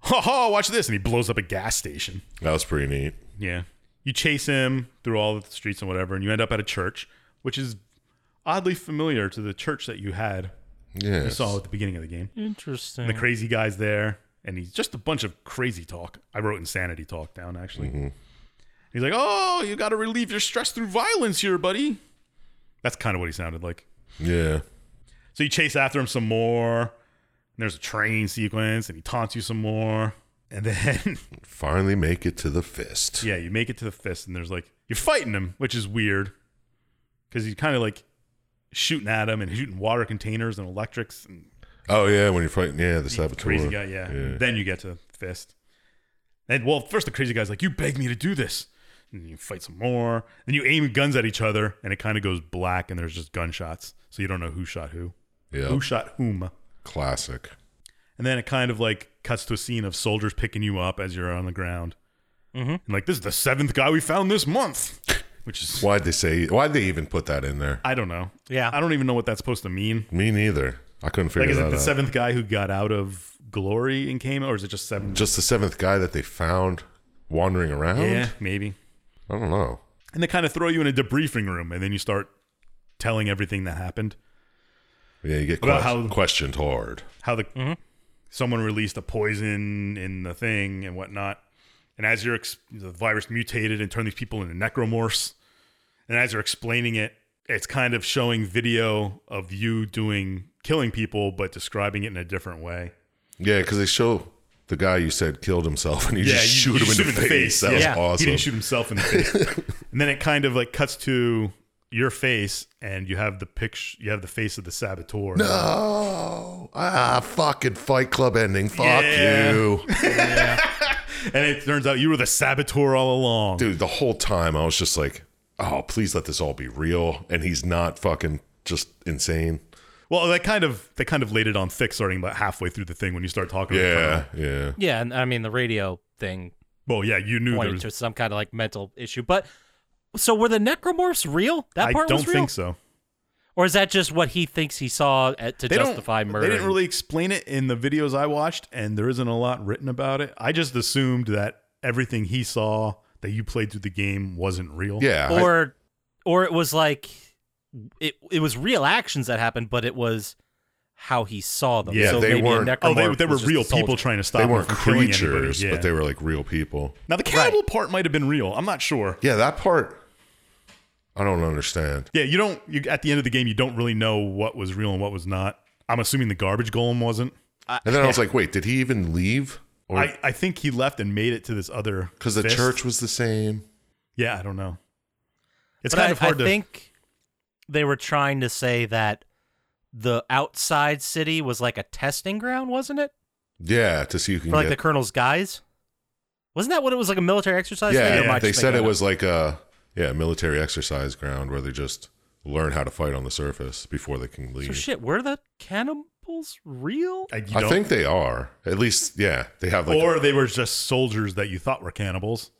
Speaker 5: "Ha ha! Watch this!" And he blows up a gas station.
Speaker 3: that was pretty neat.
Speaker 5: Yeah. You chase him through all the streets and whatever, and you end up at a church, which is oddly familiar to the church that you had
Speaker 3: Yeah.
Speaker 5: you saw at the beginning of the game.
Speaker 4: Interesting.
Speaker 5: The crazy guy's there, and he's just a bunch of crazy talk. I wrote insanity talk down actually. He's like, "Oh, you got to relieve your stress through violence here, buddy." That's kind of what he sounded like.
Speaker 3: Yeah.
Speaker 5: So you chase after him some more. And there's a train sequence, and he taunts you some more, and then
Speaker 3: Finally make it to the fist.
Speaker 5: Yeah, you make it to the fist, and there's like you're fighting him, which is weird because he's kind of like shooting at him and shooting water containers and electrics. And
Speaker 3: Oh yeah, when you're fighting yeah, the saboteur.
Speaker 5: crazy guy, yeah.
Speaker 3: Yeah.
Speaker 5: Then you get to the fist, and well, first the crazy guy's like, "You begged me to do this," and you fight some more. Then you aim guns at each other, and it kind of goes black, and there's just gunshots, so you don't know who shot who,
Speaker 3: Yeah.
Speaker 5: who shot whom.
Speaker 3: Classic.
Speaker 5: And then it kind of like cuts to a scene of soldiers picking you up as you're on the ground. And like, this is the seventh guy we found this month, which is
Speaker 3: Why'd they say why'd they even put that in there?
Speaker 5: I don't know.
Speaker 4: Yeah.
Speaker 5: I don't even know what that's supposed to mean.
Speaker 3: Me neither. I couldn't figure
Speaker 5: Like, is
Speaker 3: that
Speaker 5: it the
Speaker 3: out.
Speaker 5: seventh guy who got out of glory and came, or is it just seven?
Speaker 3: Just the seventh guy that they found wandering around?
Speaker 5: yeah, maybe.
Speaker 3: I don't know.
Speaker 5: And they kind of throw you in a debriefing room, and then you start telling everything that happened.
Speaker 3: Yeah, you get
Speaker 5: About
Speaker 3: quest-
Speaker 5: how-
Speaker 3: questioned hard.
Speaker 5: How the someone released a poison in the thing and whatnot. And as you're ex- the virus mutated and turned these people into necromorphs, and as you're explaining it, it's kind of showing video of you doing killing people, but describing it in a different way.
Speaker 3: Yeah, because they show the guy you said killed himself and you just
Speaker 5: you-
Speaker 3: shoot
Speaker 5: you
Speaker 3: him in the face. That
Speaker 5: Yeah.
Speaker 3: was
Speaker 5: He
Speaker 3: awesome.
Speaker 5: didn't shoot himself in the face. and then it kind of like cuts to your face, and you have the picture. You have the face of the saboteur.
Speaker 3: Oh, ah, fucking Fight Club ending. Fuck
Speaker 5: Yeah.
Speaker 3: you.
Speaker 5: And it turns out you were the saboteur all along.
Speaker 3: Dude, the whole time I was just like, oh, please let this all be real. And he's not fucking just insane.
Speaker 5: Well, that kind of they kind of laid it on thick starting about halfway through the thing when you start talking. about
Speaker 3: Yeah,
Speaker 5: Colonel.
Speaker 3: yeah.
Speaker 4: Yeah, and I mean the radio thing
Speaker 5: Well, yeah, you knew there
Speaker 4: pointed
Speaker 5: was.
Speaker 4: to some kind of like mental issue. But so were the necromorphs real? That
Speaker 5: I
Speaker 4: part
Speaker 5: don't
Speaker 4: was real,
Speaker 5: think so.
Speaker 4: or is that just what he thinks he saw at, to
Speaker 5: They don't-
Speaker 4: justify murder?
Speaker 5: They didn't really explain it in the videos I watched, and there isn't a lot written about it. I just assumed that everything he saw that you played through the game wasn't real.
Speaker 3: Yeah. I-
Speaker 4: or or it was like it it was real actions that happened, but it was how he saw them.
Speaker 5: Yeah,
Speaker 4: so
Speaker 3: they
Speaker 4: maybe a
Speaker 3: weren't-
Speaker 5: Oh, they,
Speaker 4: necromorph
Speaker 5: they were
Speaker 4: was just a
Speaker 5: real people
Speaker 4: soldier.
Speaker 5: trying to stop.
Speaker 3: they
Speaker 5: him
Speaker 3: weren't
Speaker 5: from killing anybody.
Speaker 3: creatures,
Speaker 5: Yeah.
Speaker 3: but they were like real people.
Speaker 5: now the cannibal part might have been real. I'm not sure.
Speaker 3: Yeah, that part I don't understand.
Speaker 5: Yeah, you don't. You, at the end of the game, you don't really know what was real and what was not. I'm assuming the garbage golem wasn't.
Speaker 3: And then I was like, wait, did he even leave? Or
Speaker 5: I, I think he left and made it to this other
Speaker 3: because the
Speaker 5: fist.
Speaker 3: church was the same.
Speaker 5: Yeah, I don't know. It's
Speaker 4: But
Speaker 5: kind
Speaker 4: I,
Speaker 5: of hard
Speaker 4: I
Speaker 5: to
Speaker 4: think they were trying to say that the outside city was like a testing ground, wasn't it?
Speaker 3: Yeah, to see who can
Speaker 4: For like the
Speaker 3: get.
Speaker 4: colonel's guys. Wasn't that what it was like a military exercise? Maybe
Speaker 3: yeah,
Speaker 4: I'm not
Speaker 3: they
Speaker 4: just
Speaker 3: said
Speaker 4: making
Speaker 3: it
Speaker 4: up.
Speaker 3: was like a yeah military exercise ground where they just learn how to fight on the surface before they can
Speaker 4: So
Speaker 3: leave.
Speaker 4: shit, were the cannibals real?
Speaker 5: I, you
Speaker 3: I
Speaker 5: don't-
Speaker 3: think they are at least. Yeah, they have like
Speaker 5: or they were just soldiers that you thought were cannibals.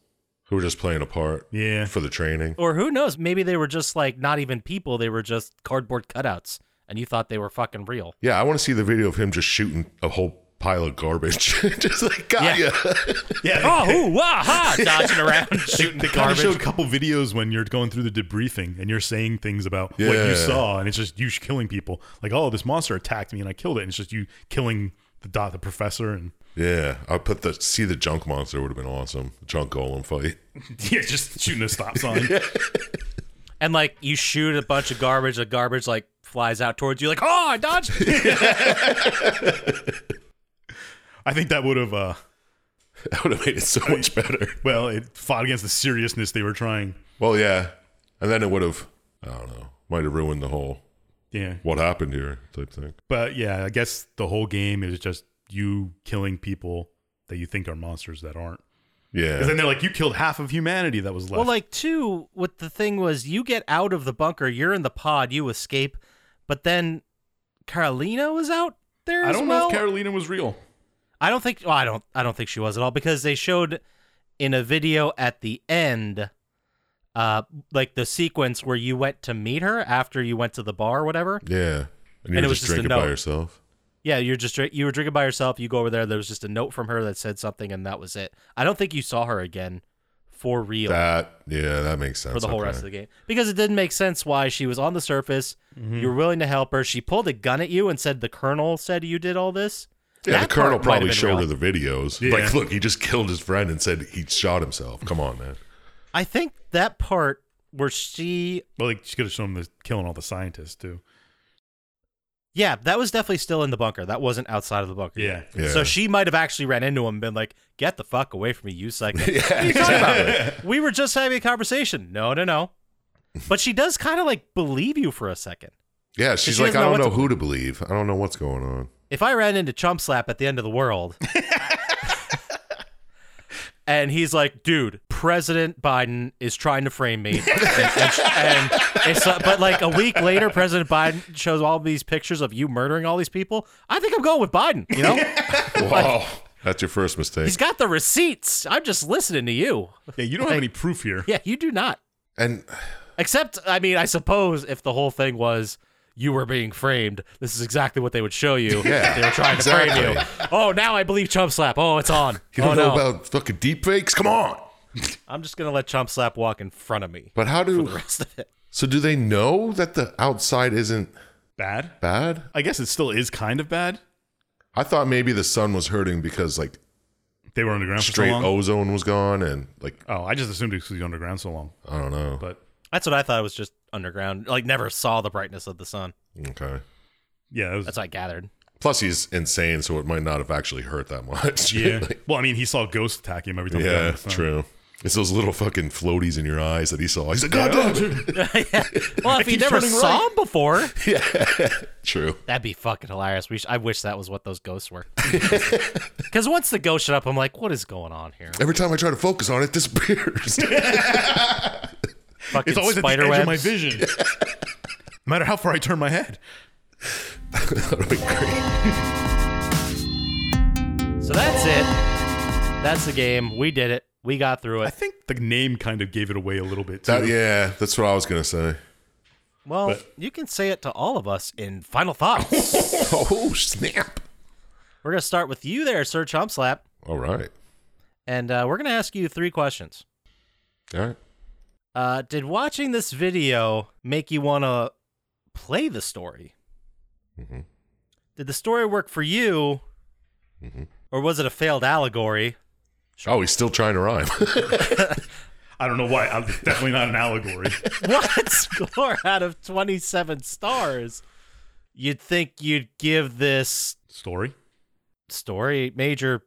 Speaker 3: who are just playing a part
Speaker 5: Yeah.
Speaker 3: for the training.
Speaker 4: Or who knows? Maybe they were just like not even people. They were just cardboard cutouts, and you thought they were fucking real.
Speaker 3: Yeah, I want to see the video of him just shooting a whole pile of garbage, just like got
Speaker 4: Yeah.
Speaker 3: ya.
Speaker 5: Yeah.
Speaker 4: Oh, hoo, wah, ha, dodging around, shooting
Speaker 5: They
Speaker 4: the
Speaker 5: kind of
Speaker 4: garbage.
Speaker 5: showed a couple videos when you're going through the debriefing and you're saying things about what
Speaker 3: Yeah.
Speaker 5: you saw, and it's just you killing people. Like, oh, this monster attacked me and I killed it. And it's just you killing the dot, the professor, and
Speaker 3: Yeah, I put the see the junk monster would have been awesome. Junk golem fight.
Speaker 5: yeah, just shooting a stop sign.
Speaker 4: and like you shoot a bunch of garbage, the garbage like flies out towards you, like oh, I dodged. it."
Speaker 5: I think that would have, uh,
Speaker 3: That would have made it so much better.
Speaker 5: well, it fought against the seriousness they were trying.
Speaker 3: Well, yeah, and then it would have. I don't know. Might have ruined the whole
Speaker 5: Yeah.
Speaker 3: what happened here type thing.
Speaker 5: But yeah, I guess the whole game is just you killing people that you think are monsters that aren't. Because
Speaker 3: Yeah,
Speaker 5: then they're like, you killed half of humanity that was left.
Speaker 4: well, like two, what the thing was, you get out of the bunker, you're in the pod, you escape, but then Carolina was out there.
Speaker 5: I
Speaker 4: as
Speaker 5: don't know
Speaker 4: well?
Speaker 5: if Carolina was real.
Speaker 4: I don't think. Well, I don't. I don't think she was at all because they showed in a video at the end, uh, like the sequence where you went to meet her after you went to the bar or whatever.
Speaker 3: yeah. And you
Speaker 4: And it
Speaker 3: were
Speaker 4: was
Speaker 3: just
Speaker 4: just a
Speaker 3: drinking by
Speaker 4: note.
Speaker 3: yourself.
Speaker 4: Yeah, you're just drink- you were drinking by yourself. You go over there. There was just a note from her that said something, and that was it. I don't think you saw her again for real
Speaker 3: That yeah, that makes sense
Speaker 4: for the whole rest of the game because it didn't make sense why she was on the surface. You were willing to help her. She pulled a gun at you and said, "The colonel said you did all this."
Speaker 3: Yeah,
Speaker 4: That
Speaker 3: the colonel
Speaker 4: part might have
Speaker 3: probably
Speaker 4: been
Speaker 3: showed
Speaker 4: real.
Speaker 3: her the videos.
Speaker 5: Yeah.
Speaker 3: Like, look, he just killed his friend and said he shot himself. Come on, man.
Speaker 4: I think that part where she
Speaker 5: Well, like she could have shown them the, killing all the scientists too.
Speaker 4: Yeah, that was definitely still in the bunker. That wasn't outside of the bunker.
Speaker 5: Yeah.
Speaker 3: Yeah.
Speaker 4: So she might have actually ran into him and been like, "Get the fuck away from me, you psycho!"
Speaker 3: Yeah,
Speaker 4: What are you talking about? We were just having a conversation. No, no, no. But she does kind of like believe you for a second.
Speaker 3: Yeah, she's
Speaker 4: she
Speaker 3: like,
Speaker 4: doesn't
Speaker 3: I
Speaker 4: know
Speaker 3: don't
Speaker 4: what
Speaker 3: know
Speaker 4: to-
Speaker 3: who to believe. I don't know what's going on.
Speaker 4: If I ran into Chump Slap at the end of the world, and he's like, "Dude, President Biden is trying to frame me," and, and- and it's uh, but like a week later, President Biden shows all these pictures of you murdering all these people. I think I'm going with Biden. You know.
Speaker 3: Wow, that's your first mistake.
Speaker 4: He's got the receipts. I'm just listening to you.
Speaker 5: Yeah, you don't have any proof here.
Speaker 4: Yeah, you do not.
Speaker 3: And
Speaker 4: Except, I mean, I suppose if the whole thing was you were being framed, this is exactly what they would show you.
Speaker 3: Yeah,
Speaker 4: they were trying to frame you.
Speaker 3: exactly.
Speaker 4: Oh, now I believe Chump Slap. Oh, it's on.
Speaker 3: you don't
Speaker 4: oh,
Speaker 3: know
Speaker 4: no.
Speaker 3: about fucking deep fakes? Come on.
Speaker 4: I'm just gonna let Chump Slap walk in front of me.
Speaker 3: But how do
Speaker 4: Rest of it.
Speaker 3: so? Do they know that the outside isn't
Speaker 5: Bad.
Speaker 3: bad?
Speaker 5: I guess it still is kind of bad.
Speaker 3: I thought maybe the sun was hurting because like
Speaker 5: They were underground for
Speaker 3: straight
Speaker 5: so long.
Speaker 3: ozone was gone and like
Speaker 5: oh, I just assumed it was underground so long.
Speaker 3: I don't know.
Speaker 5: But
Speaker 4: That's what I thought. It was just underground. Like never saw the brightness of the sun.
Speaker 3: Okay.
Speaker 5: yeah, it was,
Speaker 4: That's what I gathered.
Speaker 3: Plus he's insane, so it might not have actually hurt that much.
Speaker 5: yeah.
Speaker 3: Like,
Speaker 5: well, I mean, he saw ghosts attack him every time. he got in
Speaker 3: yeah,
Speaker 5: the sun.
Speaker 3: true. It's those little fucking floaties in your eyes that he saw. He's like, God damn it.
Speaker 4: Well, if you never saw him before,
Speaker 3: True.
Speaker 4: That'd be fucking hilarious. We sh- I wish that was what those ghosts were. Because once the ghost showed up, I'm like, what is going on here?
Speaker 3: Every time I try to focus on it, it disappears.
Speaker 4: Fucking
Speaker 5: It's always
Speaker 4: spider
Speaker 5: at the edge of my
Speaker 4: webs.
Speaker 5: vision. no matter how far I turn my head.
Speaker 3: that would be great.
Speaker 4: So that's it. That's the game. We did it. We got through
Speaker 5: I
Speaker 4: it.
Speaker 5: think the name kind of gave it away a little bit too.
Speaker 3: That, yeah, that's what I was going to say.
Speaker 4: Well, you can say it to all of us in final thoughts.
Speaker 3: Oh, snap.
Speaker 4: we're gonna start with you there, Sir Chumpslap,
Speaker 3: All right.
Speaker 4: and uh, we're gonna ask you three questions.
Speaker 3: All right.
Speaker 4: Uh, did watching this video make you want to play the story?
Speaker 3: Mhm.
Speaker 4: Did the story work for you, or was it a failed allegory?
Speaker 3: Oh, he's still trying to rhyme.
Speaker 5: I don't know why. I'm definitely not an allegory.
Speaker 4: what score out of 27 stars you'd think you'd give this
Speaker 5: Story.
Speaker 4: story, major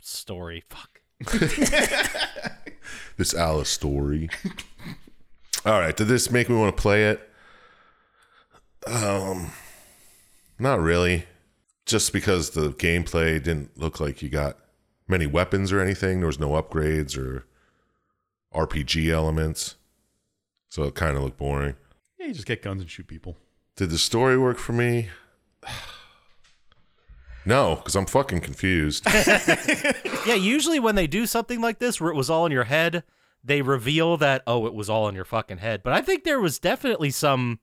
Speaker 4: story. Fuck.
Speaker 3: This Alice story. All right. Did this make me want to play it? Um, not really. Just because the gameplay didn't look like you got many weapons or anything. There was no upgrades or RPG elements. So it kind of looked boring.
Speaker 5: Yeah, you just get guns and shoot people.
Speaker 3: Did the story work for me? No, because I'm fucking confused.
Speaker 4: Yeah, usually when they do something like this where it was all in your head, they reveal that oh, it was all in your fucking head. But I think there was definitely some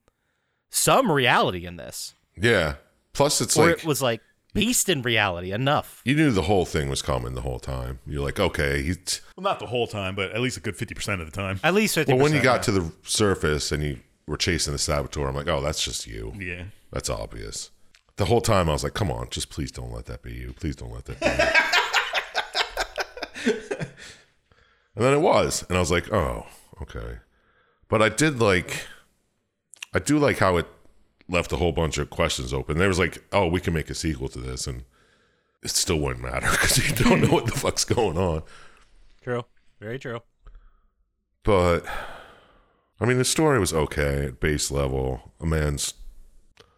Speaker 4: some reality in this.
Speaker 3: yeah. Plus, it's
Speaker 4: or
Speaker 3: like
Speaker 4: it was like based in reality enough.
Speaker 3: you knew the whole thing was coming the whole time. You're like, okay, he. T-
Speaker 5: Well, not the whole time, but at least a good fifty percent of the time.
Speaker 4: At least 50%.
Speaker 3: well, when you got to the surface and you were chasing the saboteur, I'm like, oh, that's just you.
Speaker 5: Yeah.
Speaker 3: That's obvious. The whole time I was like, come on, just please don't let that be you. Please don't let that be you. and then it was. And I was like, oh, okay. But I did like, I do like how it left a whole bunch of questions open. There was like, oh, we can make a sequel to this. And it still wouldn't matter because you don't know what the fuck's going on.
Speaker 4: True. Very true.
Speaker 3: but I mean, the story was okay at base level. A man's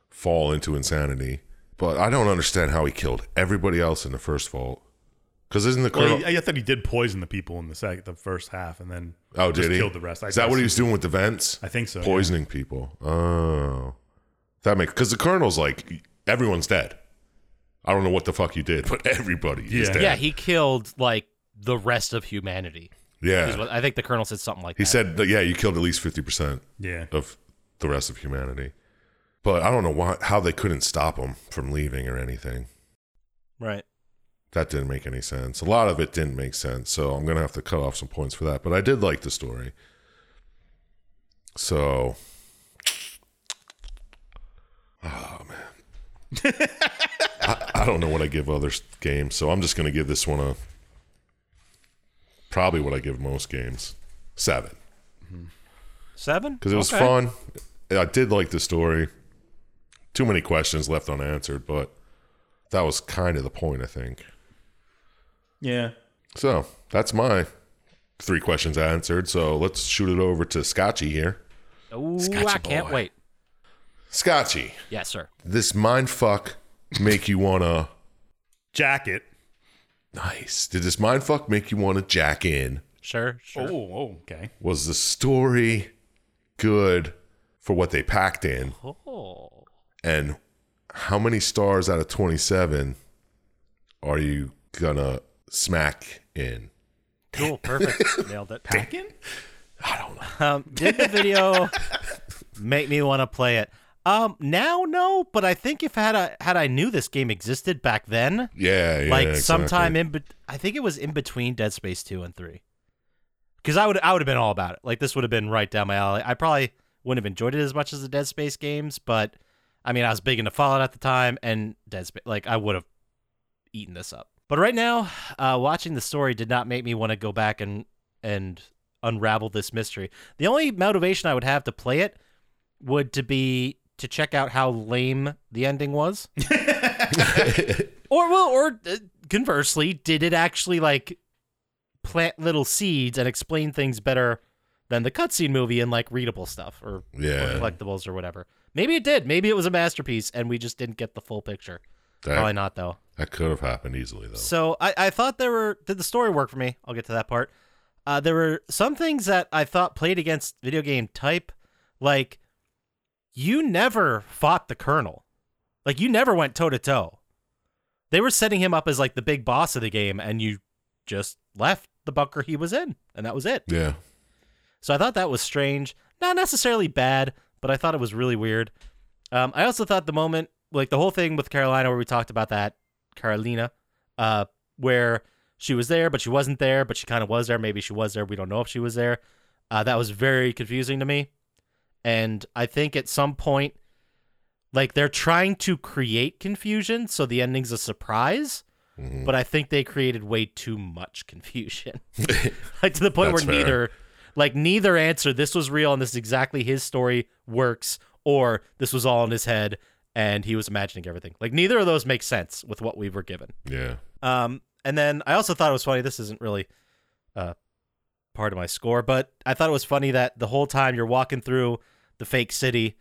Speaker 3: fall into insanity, but I don't understand how he killed everybody else in the first vault. Because isn't the colonel?
Speaker 5: Well, I, I thought he did poison the people in the sec- the first half, and then
Speaker 3: oh,
Speaker 5: just
Speaker 3: did he
Speaker 5: killed the rest. I
Speaker 3: Is that what he
Speaker 5: guess.
Speaker 3: was doing with the vents?
Speaker 5: I think so. yeah.
Speaker 3: Poisoning people. Oh, that makes because the colonel's like everyone's dead. I don't know what the fuck you did, but everybody is
Speaker 5: Yeah.
Speaker 3: dead.
Speaker 4: Yeah, he killed like the rest of humanity.
Speaker 3: Yeah.
Speaker 4: Is what- I think the colonel said something like
Speaker 3: He
Speaker 4: that.
Speaker 3: said, that, "Yeah, you killed at least fifty percent."
Speaker 5: Yeah.
Speaker 3: of the rest of humanity. But I don't know why, how they couldn't stop him from leaving or anything.
Speaker 4: right.
Speaker 3: That didn't make any sense. A lot of it didn't make sense, so I'm gonna have to cut off some points for that. But I did like the story. So, oh man, ah, I, I don't know what I give other s- games, so I'm just gonna give this one a probably what I give most games, seven.
Speaker 4: Seven?
Speaker 3: because it was
Speaker 4: Okay.
Speaker 3: fun. I did like the story. Too many questions left unanswered, but that was kind of the point, I think.
Speaker 5: Yeah.
Speaker 3: So that's my three questions answered. So let's shoot it over to Scotchy here.
Speaker 4: Ooh, I can't wait.
Speaker 3: Scotchy,
Speaker 4: Yes, sir.
Speaker 3: this mind fuck make you wanna
Speaker 5: Jacket.
Speaker 3: nice? Did this mind fuck make you wanna jack in?
Speaker 4: Sure, sure.
Speaker 5: Oh, oh, okay.
Speaker 3: Was the story good for what they packed in?
Speaker 4: Oh.
Speaker 3: And how many stars out of 27 are you going to smack in?
Speaker 4: Cool, perfect. Nailed it.
Speaker 5: Packing?
Speaker 3: I don't know.
Speaker 4: Um, did the video make me want to play it? Um, now no, but I think if had I had I knew this game existed back then,
Speaker 3: Yeah, yeah.
Speaker 4: like
Speaker 3: exactly.
Speaker 4: sometime in, bet I think it was in between Dead Space two and three, because I would I would have been all about it. Like this would have been right down my alley. I probably wouldn't have enjoyed it as much as the Dead Space games, but I mean I was big into Fallout at the time, and Dead Space like I would have eaten this up. But right now, uh, watching the story did not make me want to go back and and unravel this mystery. The only motivation I would have to play it would to be to check out how lame the ending was. or well, or uh, conversely, did it actually like plant little seeds and explain things better than the cutscene movie and like readable stuff or,
Speaker 3: Yeah.
Speaker 4: or collectibles or whatever? Maybe it did. Maybe it was a masterpiece and we just didn't get the full picture. Probably
Speaker 3: That,
Speaker 4: not though.
Speaker 3: that could have happened easily, though.
Speaker 4: So I, I thought there were did the story work for me? I'll get to that part. Uh, there were some things that I thought played against video game type, like you never fought the colonel, like you never went toe to toe. They were setting him up as like the big boss of the game, and you just left the bunker he was in, and that was it.
Speaker 3: yeah.
Speaker 4: So I thought that was strange. Not necessarily bad, but I thought it was really weird. Um, I also thought the moment, like the whole thing with Carolina, where we talked about that, Carolina, uh, where she was there, but she wasn't there, but she kind of was there. Maybe she was there. We don't know if she was there. Uh, that was very confusing to me. And I think at some point, like they're trying to create confusion, so the ending's a surprise. But I think they created way too much confusion like to the point
Speaker 3: That's
Speaker 4: where
Speaker 3: fair.
Speaker 4: neither like neither answer this was real and this is exactly his story works or this was all in his head and he was imagining everything. Like neither of those makes sense with what we were given.
Speaker 3: Yeah.
Speaker 4: Um, and then I also thought it was funny. This isn't really uh, part of my score, but I thought it was funny that the whole time you're walking through the fake city,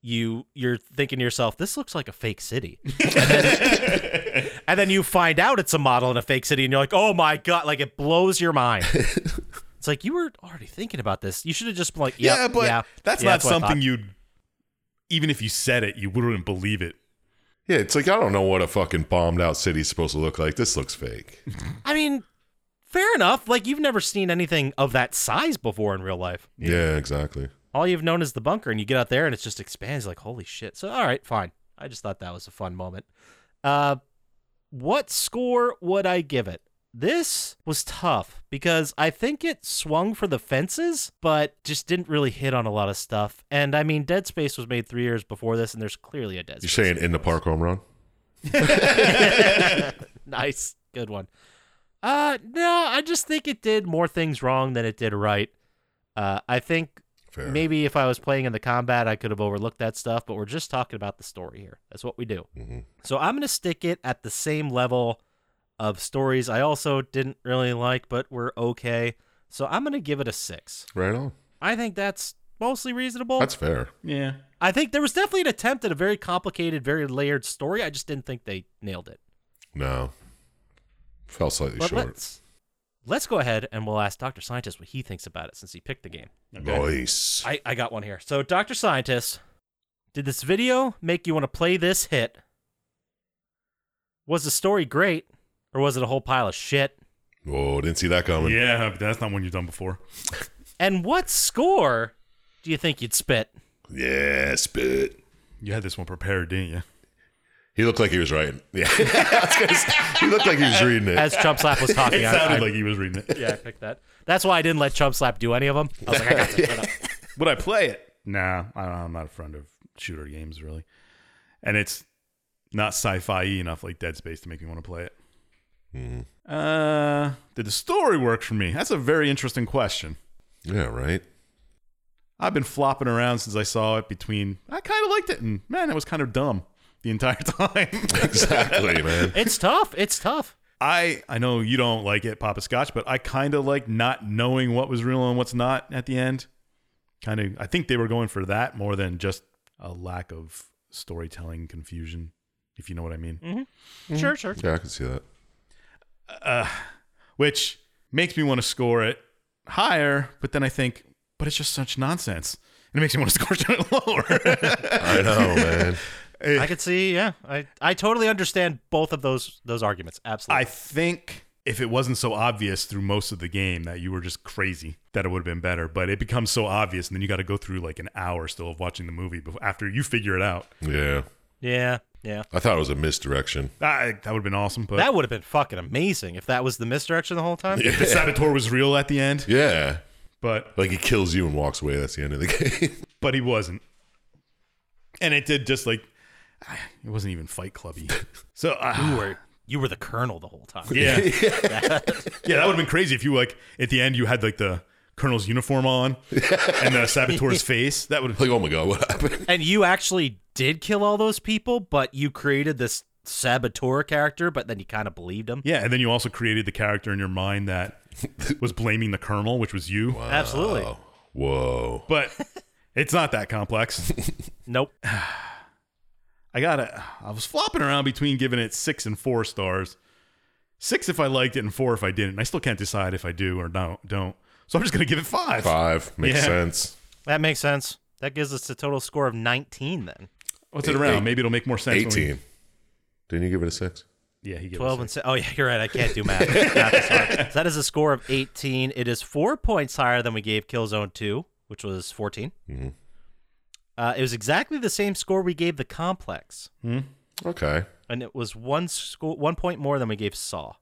Speaker 4: you you're thinking to yourself, "This looks like a fake city," and then, and then you find out it's a model in a fake city, and you're like, "Oh my god!" Like it blows your mind. It's like you were already thinking about this. You should have just been like, "Yep,
Speaker 5: yeah, but
Speaker 4: yeah,
Speaker 5: that's
Speaker 4: yeah,
Speaker 5: not
Speaker 4: what I
Speaker 5: something
Speaker 4: thought."
Speaker 5: you'd. Even if you said it, you wouldn't believe it.
Speaker 3: Yeah, it's like I don't know what a fucking bombed out city's supposed to look like. This looks fake.
Speaker 4: I mean, fair enough. Like you've never seen anything of that size before in real life.
Speaker 3: Yeah, exactly.
Speaker 4: all you've known is the bunker, and you get out there and it just expands like holy shit. So all right, fine. I just thought that was a fun moment. Uh, what score would I give it? This was tough because I think it swung for the fences, but just didn't really hit on a lot of stuff. And I mean, Dead Space was made three years before this, and there's clearly a Dead
Speaker 3: You're
Speaker 4: Space.
Speaker 3: saying in the park home run?
Speaker 4: nice. Good one. Uh no, I just think it did more things wrong than it did right. Uh I think
Speaker 3: Fair.
Speaker 4: maybe if I was playing in the combat I could have overlooked that stuff, but we're just talking about the story here. That's what we do.
Speaker 3: Mhm.
Speaker 4: So I'm going to stick it at the same level of stories I also didn't really like but were okay. So I'm going to give it a 6.
Speaker 3: Right on.
Speaker 4: I think that's mostly reasonable.
Speaker 3: That's fair.
Speaker 5: Yeah.
Speaker 4: I think there was definitely an attempt at a very complicated, very layered story. I just didn't think they nailed it.
Speaker 3: No. Fell slightly
Speaker 4: But
Speaker 3: short.
Speaker 4: let's let's go ahead and we'll ask Dr. Scientist what he thinks about it since he picked the game.
Speaker 3: Nice.
Speaker 4: I, I got one here. So Dr. Scientist, did this video make you want to play this hit? Was the story great? Or was it a whole pile of shit?
Speaker 3: Whoa, Oh, didn't see that coming.
Speaker 5: Yeah, but that's not one you've done before.
Speaker 4: And what score do you think you'd spit?
Speaker 3: Yeah, spit.
Speaker 5: You had this one prepared, didn't you?
Speaker 3: He looked like he was writing. Yeah. I was gonna say, he looked like he was reading it.
Speaker 4: As Chump Slap was talking,
Speaker 5: It
Speaker 4: I,
Speaker 5: sounded
Speaker 4: I-
Speaker 5: like he was reading it.
Speaker 4: yeah, I picked that. That's why I didn't let Chump Slap do any of them. I was like, I got this. shut up.
Speaker 5: Would I play it? Nah, I don't, I'm not a friend of shooter games really, and it's not sci-fi enough like Dead Space to make me want to play it. Hmm. Uh, did the story work for me? That's a very interesting question.
Speaker 3: yeah, right.
Speaker 5: I've been flopping around since I saw it. Between I kind of liked it, and man, it was kind of dumb the entire time.
Speaker 3: Exactly, man.
Speaker 4: It's tough. It's tough.
Speaker 5: I I know you don't like it, Papa Scotch, but I kind of like not knowing what was real and what's not at the end. Kind of, I think they were going for that more than just a lack of storytelling confusion, if you know what I mean. Mm-hmm.
Speaker 4: Sure, sure.
Speaker 3: Yeah, I can see that.
Speaker 5: Uh, Which makes me want to score it higher, but then I think, but it's just such nonsense, and it makes me want to score it lower.
Speaker 3: I know, man.
Speaker 5: Eh.
Speaker 4: I could see, yeah. I, I totally understand both of those those arguments. Absolutely.
Speaker 5: I think if it wasn't so obvious through most of the game that you were just crazy, that it would have been better. But it becomes so obvious, and then you got to go through like an hour still of watching the movie before, after you figure it out.
Speaker 3: Yeah.
Speaker 4: yeah, yeah.
Speaker 3: I thought it was a misdirection.
Speaker 5: I, that would have been awesome. But
Speaker 4: That would have been fucking amazing if that was the misdirection the whole time.
Speaker 5: if the saboteur was real at the end,
Speaker 3: Yeah.
Speaker 5: but
Speaker 3: Like he kills you and walks away. That's the end of the game.
Speaker 5: but he wasn't, and it did just like ah, it wasn't even Fight Clubby. So
Speaker 4: You
Speaker 5: uh,
Speaker 4: were you were the colonel the whole time.
Speaker 5: yeah, yeah, that would have been crazy if you like at the end you had like the colonel's uniform on and the saboteur's face. That would have
Speaker 3: like, oh my god, what happened?
Speaker 4: And you actually did kill all those people, but you created this saboteur character, but then you kind of believed him.
Speaker 5: Yeah, and then you also created the character in your mind that was blaming the colonel, which was you.
Speaker 4: Absolutely.
Speaker 3: Oh. Whoa.
Speaker 5: But it's not that complex.
Speaker 4: Nope.
Speaker 5: I got to I was flopping around between giving it 6 and 4 stars. 6 if I liked it and 4 if I didn't. And I still can't decide if I do or don't. Don't. So I'm just going to give it 5.
Speaker 3: Five makes
Speaker 5: Yeah.
Speaker 3: sense.
Speaker 4: That makes sense. That gives us a total score of 19 then.
Speaker 5: What's it
Speaker 3: Eight-
Speaker 5: around?
Speaker 3: eight-
Speaker 5: Maybe it'll make more sense. when we-
Speaker 3: Eighteen. Didn't you give it a six?
Speaker 5: yeah, he gave
Speaker 4: 12
Speaker 5: 12
Speaker 4: and 6. Oh, yeah, you're right. I can't do math. It's not this hard. So that is a score of 18. It is four points higher than we gave Killzone 2, which was 14.
Speaker 3: Mhm.
Speaker 4: Uh, it was exactly the same score we gave The Complex,
Speaker 3: Okay.
Speaker 4: and it was one, sco- one point more than we gave Saw.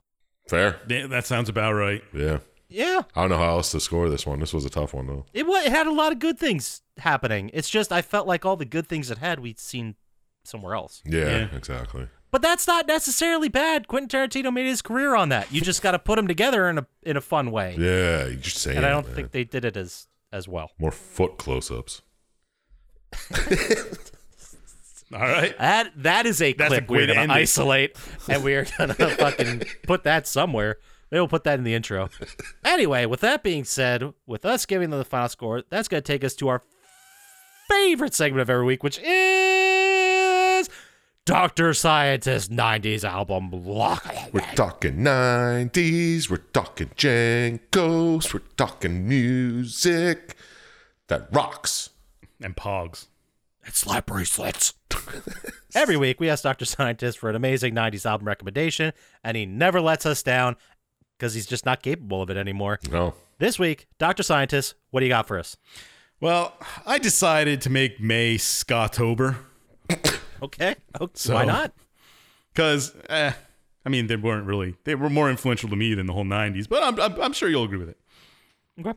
Speaker 3: Fair.
Speaker 5: That sounds about right.
Speaker 3: Yeah.
Speaker 4: Yeah,
Speaker 3: I don't know how else to score this one. This was a tough one though.
Speaker 4: It was, it had a lot of good things happening. It's just I felt like all the good things it had we'd seen somewhere else.
Speaker 3: Yeah,
Speaker 5: Yeah.
Speaker 3: exactly.
Speaker 4: But that's not necessarily bad. Quentin Tarantino made his career on that. You just got to put them together in a in a fun way.
Speaker 3: Yeah, you're just saying.
Speaker 4: and I don't
Speaker 3: man.
Speaker 4: think they did it as as well.
Speaker 3: more foot close ups.
Speaker 5: All right.
Speaker 4: That that is a
Speaker 5: That's a
Speaker 4: clip
Speaker 5: great
Speaker 4: we're
Speaker 5: end
Speaker 4: gonna
Speaker 5: it.
Speaker 4: isolate, and we are gonna fucking put that somewhere. Maybe we'll put that in the intro. Anyway, with that being said, with us giving them the final score, that's gonna take us to our favorite segment of every week, which is Doctor Scientist '90s album block.
Speaker 3: We're talking 90s, we're talking Jankos, we're talking music that rocks.
Speaker 5: And Pogs.
Speaker 4: It's slap bracelets. Every week, we ask Dr. Scientist for an amazing 90s album recommendation, and he never lets us down because he's just not capable of it anymore.
Speaker 3: No.
Speaker 4: This week, Dr. Scientist, what do you got for us?
Speaker 5: Well, I decided to make May Scottober
Speaker 4: Okay. Oh,
Speaker 5: So-
Speaker 4: why not?
Speaker 5: because, eh, I mean, they weren't really, they were more influential to me than the whole 90s, but I'm, I'm, I'm sure you'll agree with it.
Speaker 4: Okay.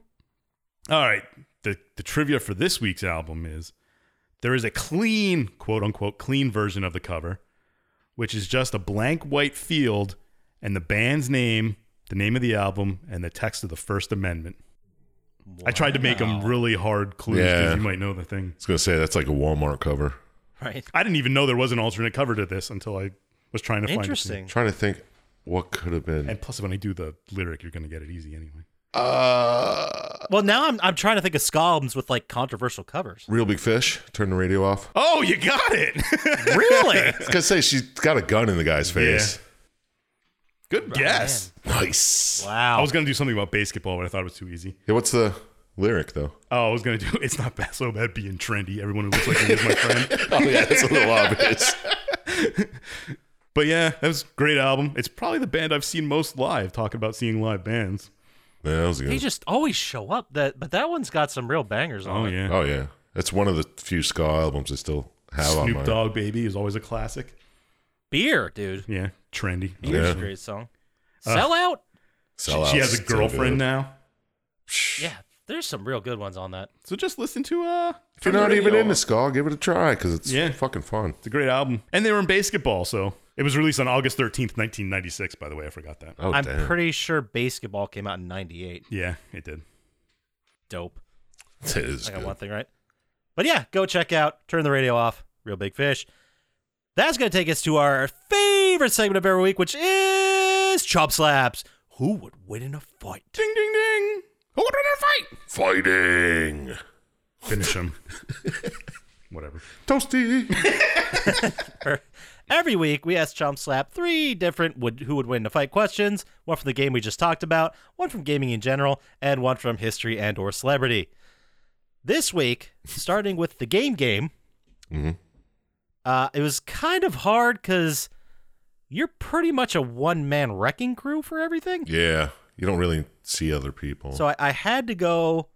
Speaker 5: All right. The, the trivia for this week's album is there is a clean, quote unquote, clean version of the cover, which is just a blank white field and the band's name, the name of the album, and the text of the First Amendment. I tried to make them really hard clues because
Speaker 3: Yeah.
Speaker 5: you might know the thing.
Speaker 3: I was going to say that's like a Walmart cover.
Speaker 4: Right.
Speaker 5: I didn't even know there was an alternate cover to this until I was trying to find it.
Speaker 4: Interesting.
Speaker 3: trying to think what could have been.
Speaker 5: And plus, when I do the lyric, you're going to get it easy anyway.
Speaker 3: Uh,
Speaker 4: Well, now I'm, I'm trying to think of scalms with like controversial covers.
Speaker 3: Real Big Fish, turn the radio off.
Speaker 5: Oh, you got it!
Speaker 4: Really?
Speaker 3: I was going to say she's got a gun in the guy's face.
Speaker 5: Good guess.
Speaker 3: Nice.
Speaker 4: wow.
Speaker 5: I was going to do something about basketball, but I thought it was too easy.
Speaker 3: Yeah, what's the lyric though?
Speaker 5: Oh, I was going to do it's not bad, so bad being trendy. Everyone who looks like me is my friend.
Speaker 3: Oh yeah, that's a little obvious.
Speaker 5: But yeah, that was a great album. It's probably the band I've seen most live. Talking about seeing live bands.
Speaker 3: Yeah, that was
Speaker 4: they
Speaker 3: good.
Speaker 4: just always show up. That But that one's got some real bangers on
Speaker 5: Oh
Speaker 4: it.
Speaker 5: yeah,
Speaker 3: Oh yeah, that's one of the few ska albums I still have on my.
Speaker 5: Snoop Dogg Baby is always a classic.
Speaker 4: Beer, dude.
Speaker 5: Yeah, trendy.
Speaker 4: Beer's
Speaker 3: Yeah.
Speaker 4: a great song.
Speaker 5: Uh.
Speaker 4: Sell out?
Speaker 5: She, she has a girlfriend now,
Speaker 4: Yeah. There's some real good ones on that.
Speaker 5: so just listen to uh.
Speaker 3: If you're not even into ska, give it a try because it's
Speaker 5: Yeah.
Speaker 3: fucking fun.
Speaker 5: It's a great album. And they were in basketball, so it was released on August 13th, 1996, by the way. I forgot that.
Speaker 3: Oh
Speaker 4: I'm
Speaker 3: damn,
Speaker 4: pretty sure Basketball came out in 98.
Speaker 5: Yeah, it did.
Speaker 4: Dope.
Speaker 3: it is
Speaker 4: I got
Speaker 3: good.
Speaker 4: one thing right. But yeah, go check out Turn the Radio Off, Real Big Fish. That's going to take us to our favorite segment of every week, which is Chop Slaps. Who would win in a fight?
Speaker 5: Ding, ding, ding. Who would win in a
Speaker 3: Fighting,
Speaker 5: fight? Finish him. Whatever.
Speaker 3: toasty.
Speaker 4: Every week, we ask Chomp Slap three different would, who would win in a fight questions, one from the game we just talked about, one from gaming in general, and one from history and or celebrity. This week, starting with the game game,
Speaker 3: Mm-hmm.
Speaker 4: uh, it was kind of hard because you're pretty much a one-man wrecking crew for everything.
Speaker 3: yeah, you don't really see other people.
Speaker 4: So I, I had to go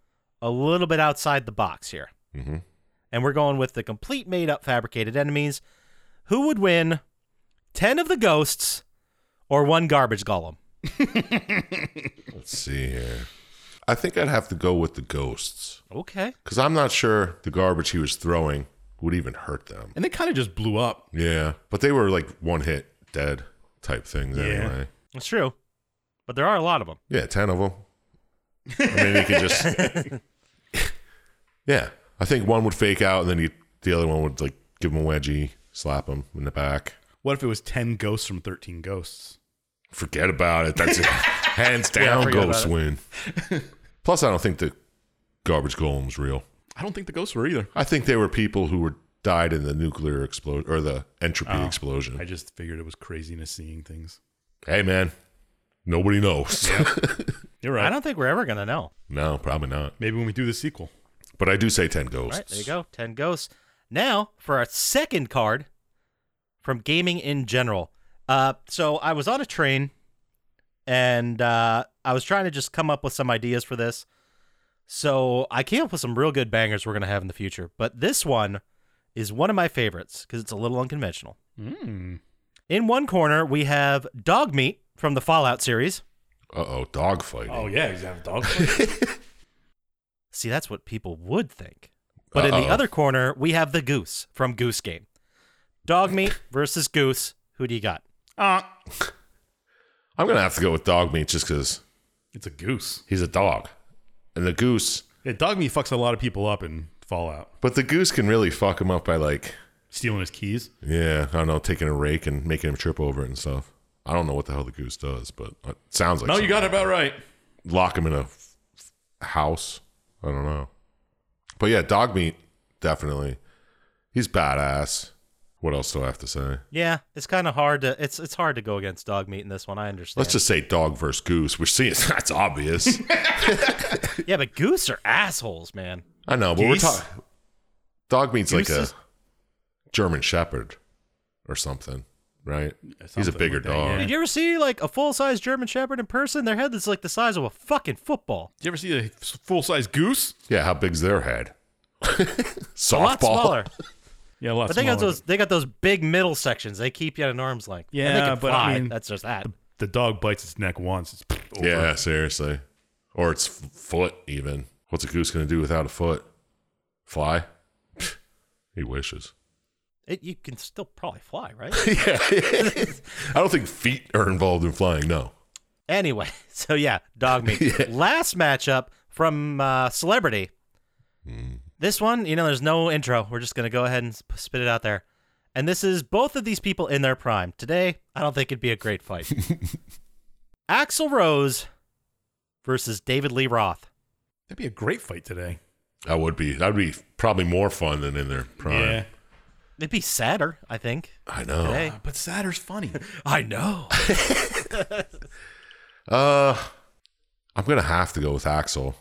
Speaker 4: a little bit outside the box here.
Speaker 3: Mhm.
Speaker 4: And we're going with the complete made up fabricated enemies. Who would win 10 of the ghosts or one garbage golem?
Speaker 3: Let's see here. I think I'd have to go with the ghosts
Speaker 4: Okay.
Speaker 3: because I'm not sure the garbage he was throwing would even hurt them.
Speaker 5: And they kind of just blew up.
Speaker 3: Yeah, but they were like one hit dead type things
Speaker 5: Yeah.
Speaker 3: anyway.
Speaker 4: That's true. But there are a lot of them.
Speaker 3: Yeah, ten of them. I mean, you could just yeah. I think one would fake out, and then you, the other one would like give him a wedgie, slap him in the back.
Speaker 5: What if it was 10 ghosts from 13 ghosts?
Speaker 3: Forget about it. That's it. hands down
Speaker 4: forget about
Speaker 3: ghost
Speaker 4: it.
Speaker 3: win. Plus, I don't think the garbage golem's real.
Speaker 5: I don't think the ghosts were either.
Speaker 3: I think they were people who were died in the nuclear explosion or the entropy
Speaker 5: Oh.
Speaker 3: explosion.
Speaker 5: I just figured it was craziness seeing things.
Speaker 3: hey, man, nobody knows.
Speaker 5: You're right.
Speaker 4: I don't think we're ever going to know.
Speaker 3: no, probably not.
Speaker 5: Maybe when we do the sequel.
Speaker 3: But I do say ten
Speaker 4: All
Speaker 3: ghosts.
Speaker 4: right. There you go. 10 ghosts. Now for our second card from gaming in general. Uh, so I was on a train and uh, I was trying to just come up with some ideas for this. So I came up with some real good bangers we're going to have in the future. But this one is one of my favorites because it's a little unconventional.
Speaker 5: Mm.
Speaker 4: In one corner, we have dog meat from the Fallout series.
Speaker 3: Uh oh, dog fighting.
Speaker 5: Oh, yeah. He's having a dog.
Speaker 4: See, that's what people would think. But in the
Speaker 3: Uh-oh.
Speaker 4: other corner, we have the goose from Goose Game. Dog meat versus goose. Who do you got?
Speaker 5: uh,
Speaker 3: I'm gonna have to go with dog meat just because
Speaker 5: it's a goose.
Speaker 3: he's a dog, and the goose.
Speaker 5: Yeah, dog meat fucks a lot of people up in Fallout.
Speaker 3: But the goose can really fuck him up by like
Speaker 5: stealing his keys.
Speaker 3: Yeah, I don't know, taking a rake and making him trip over it and stuff. I don't know what the hell the goose does, but it sounds like
Speaker 5: No, you
Speaker 3: something.
Speaker 5: got it about right.
Speaker 3: lock him in a f- house. I don't know. But yeah, dog meat definitely. He's badass. What else do I have to say?
Speaker 4: Yeah, it's kind of hard to it's it's hard to go against dog meat in this one. I understand.
Speaker 3: Let's just say dog versus goose. We're seeing that's obvious.
Speaker 4: yeah, but goose are assholes, man.
Speaker 3: I know, but
Speaker 5: Geese?
Speaker 3: we're talking. Dog meat's like
Speaker 5: Goose
Speaker 3: a
Speaker 5: is-
Speaker 3: German Shepherd or something, right? He's a
Speaker 5: something
Speaker 3: bigger
Speaker 5: like that,
Speaker 3: dog.
Speaker 5: yeah.
Speaker 4: Did you ever see like a full size German Shepherd in person? Their head is like the size of a fucking football.
Speaker 5: Did you ever see a full size goose?
Speaker 3: Yeah, how big's their head?
Speaker 4: A lot
Speaker 3: Softball.
Speaker 4: smaller.
Speaker 5: Yeah, a lot.
Speaker 4: But they got
Speaker 5: smaller.
Speaker 4: those they got those big middle sections. They keep you at an arm's length. And they
Speaker 5: Yeah,
Speaker 4: can
Speaker 5: but I
Speaker 4: fly.
Speaker 5: mean-
Speaker 4: that's just that.
Speaker 5: The dog bites its neck once. It's over.
Speaker 3: Yeah, seriously. Or its f- foot, even. What's a goose going to do without a foot? Fly? he wishes.
Speaker 4: It, you can still probably fly, right?
Speaker 3: yeah. I don't think feet are involved in flying, no.
Speaker 4: Anyway, so yeah, dog meat. Last matchup from uh, Celebrity. This one, you know, there's no intro. We're just going to go ahead and sp- spit it out there. And this is both of these people in their prime. Today, I don't think it'd be a great fight. Axel Rose versus David Lee Roth.
Speaker 5: That'd be a great fight today.
Speaker 3: That would be, that'd be probably more fun than in their prime.
Speaker 4: It'd be sadder, I think.
Speaker 3: I know.
Speaker 4: Today.
Speaker 5: Yeah, Uh, but Satter's funny.
Speaker 4: I know.
Speaker 3: Uh, I'm going to have to go with Axel.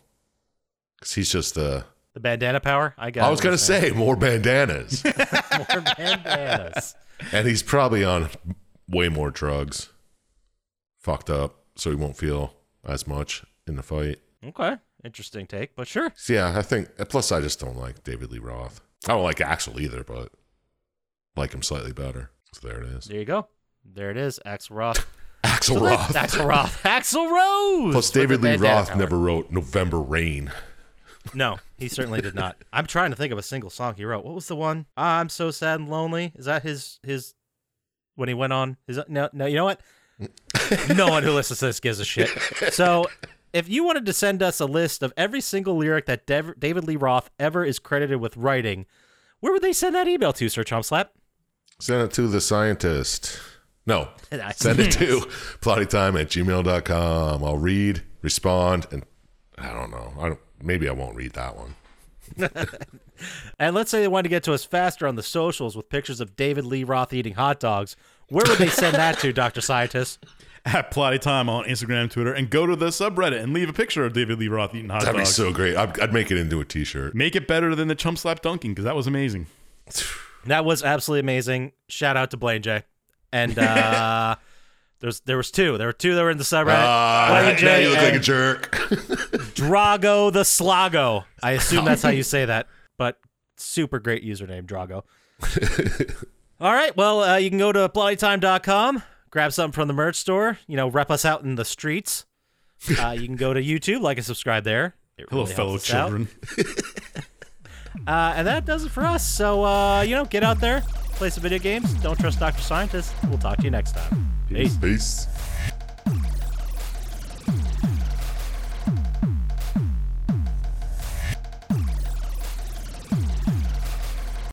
Speaker 3: Because he's just Uh,
Speaker 4: The bandana power. I got.
Speaker 3: I was going to say more bandanas.
Speaker 4: more bandanas.
Speaker 3: and he's probably on way more drugs, fucked up, so he won't feel as much in the fight.
Speaker 4: Okay, interesting take, but sure.
Speaker 3: So yeah, I think. Plus, I just don't like David Lee Roth. I don't like Axel either, but like him slightly better. So there it is.
Speaker 4: There you go. There it is. Axel Roth.
Speaker 3: Axel
Speaker 4: So
Speaker 3: Roth.
Speaker 4: that's Axel Roth. Axel Rose.
Speaker 3: Plus,
Speaker 4: with
Speaker 3: David
Speaker 4: the
Speaker 3: Lee
Speaker 4: bandana
Speaker 3: Roth
Speaker 4: power.
Speaker 3: never wrote November Rain.
Speaker 4: No, he certainly did not. I'm trying to think of a single song he wrote. What was the one? Ah, I'm so sad and lonely. Is that his his when he went on his no no you know what? no one who listens to this gives a shit. So if you wanted to send us a list of every single lyric that Dev- David Lee Roth ever is credited with writing, where would they send that email to, Sir Chomp Slap?
Speaker 3: Send it to the scientist. No,
Speaker 4: That's-
Speaker 3: send it to plottytime at gmail.com. I'll read, respond, and I don't know. I don't, maybe I won't read that one.
Speaker 4: And let's say they wanted to get to us faster on the socials with pictures of David Lee Roth eating hot dogs. Where would they send that to, Dr. Scientist?
Speaker 5: At Plotty Time on Instagram, Twitter, and go to the subreddit and leave a picture of David Lee Roth eating hot
Speaker 3: That'd be
Speaker 5: dogs.
Speaker 3: so great. I'd, I'd make it into a T-shirt.
Speaker 5: Make it better than the chump slap dunking because that was amazing.
Speaker 4: That was absolutely amazing. Shout out to Blaine J. And uh, there's there was two. There were two that were in the subreddit.
Speaker 3: Ah,
Speaker 4: Blaine
Speaker 3: now
Speaker 4: J
Speaker 3: you look like a
Speaker 4: and
Speaker 3: jerk.
Speaker 4: Drago the Slago. I assume that's how you say that, but super great username, Drago. All right. Well, uh, you can go to bloodytime.com, grab something from the merch store. You know, rep us out in the streets. Uh, you can go to YouTube, like and subscribe there. It
Speaker 5: Hello,
Speaker 4: really helps
Speaker 5: fellow
Speaker 4: us out.
Speaker 5: children.
Speaker 4: Uh, and that does it for us. So, uh, you know, get out there, play some video games. Don't trust Dr. Scientist. We'll talk to you next time. Peace.
Speaker 3: Peace.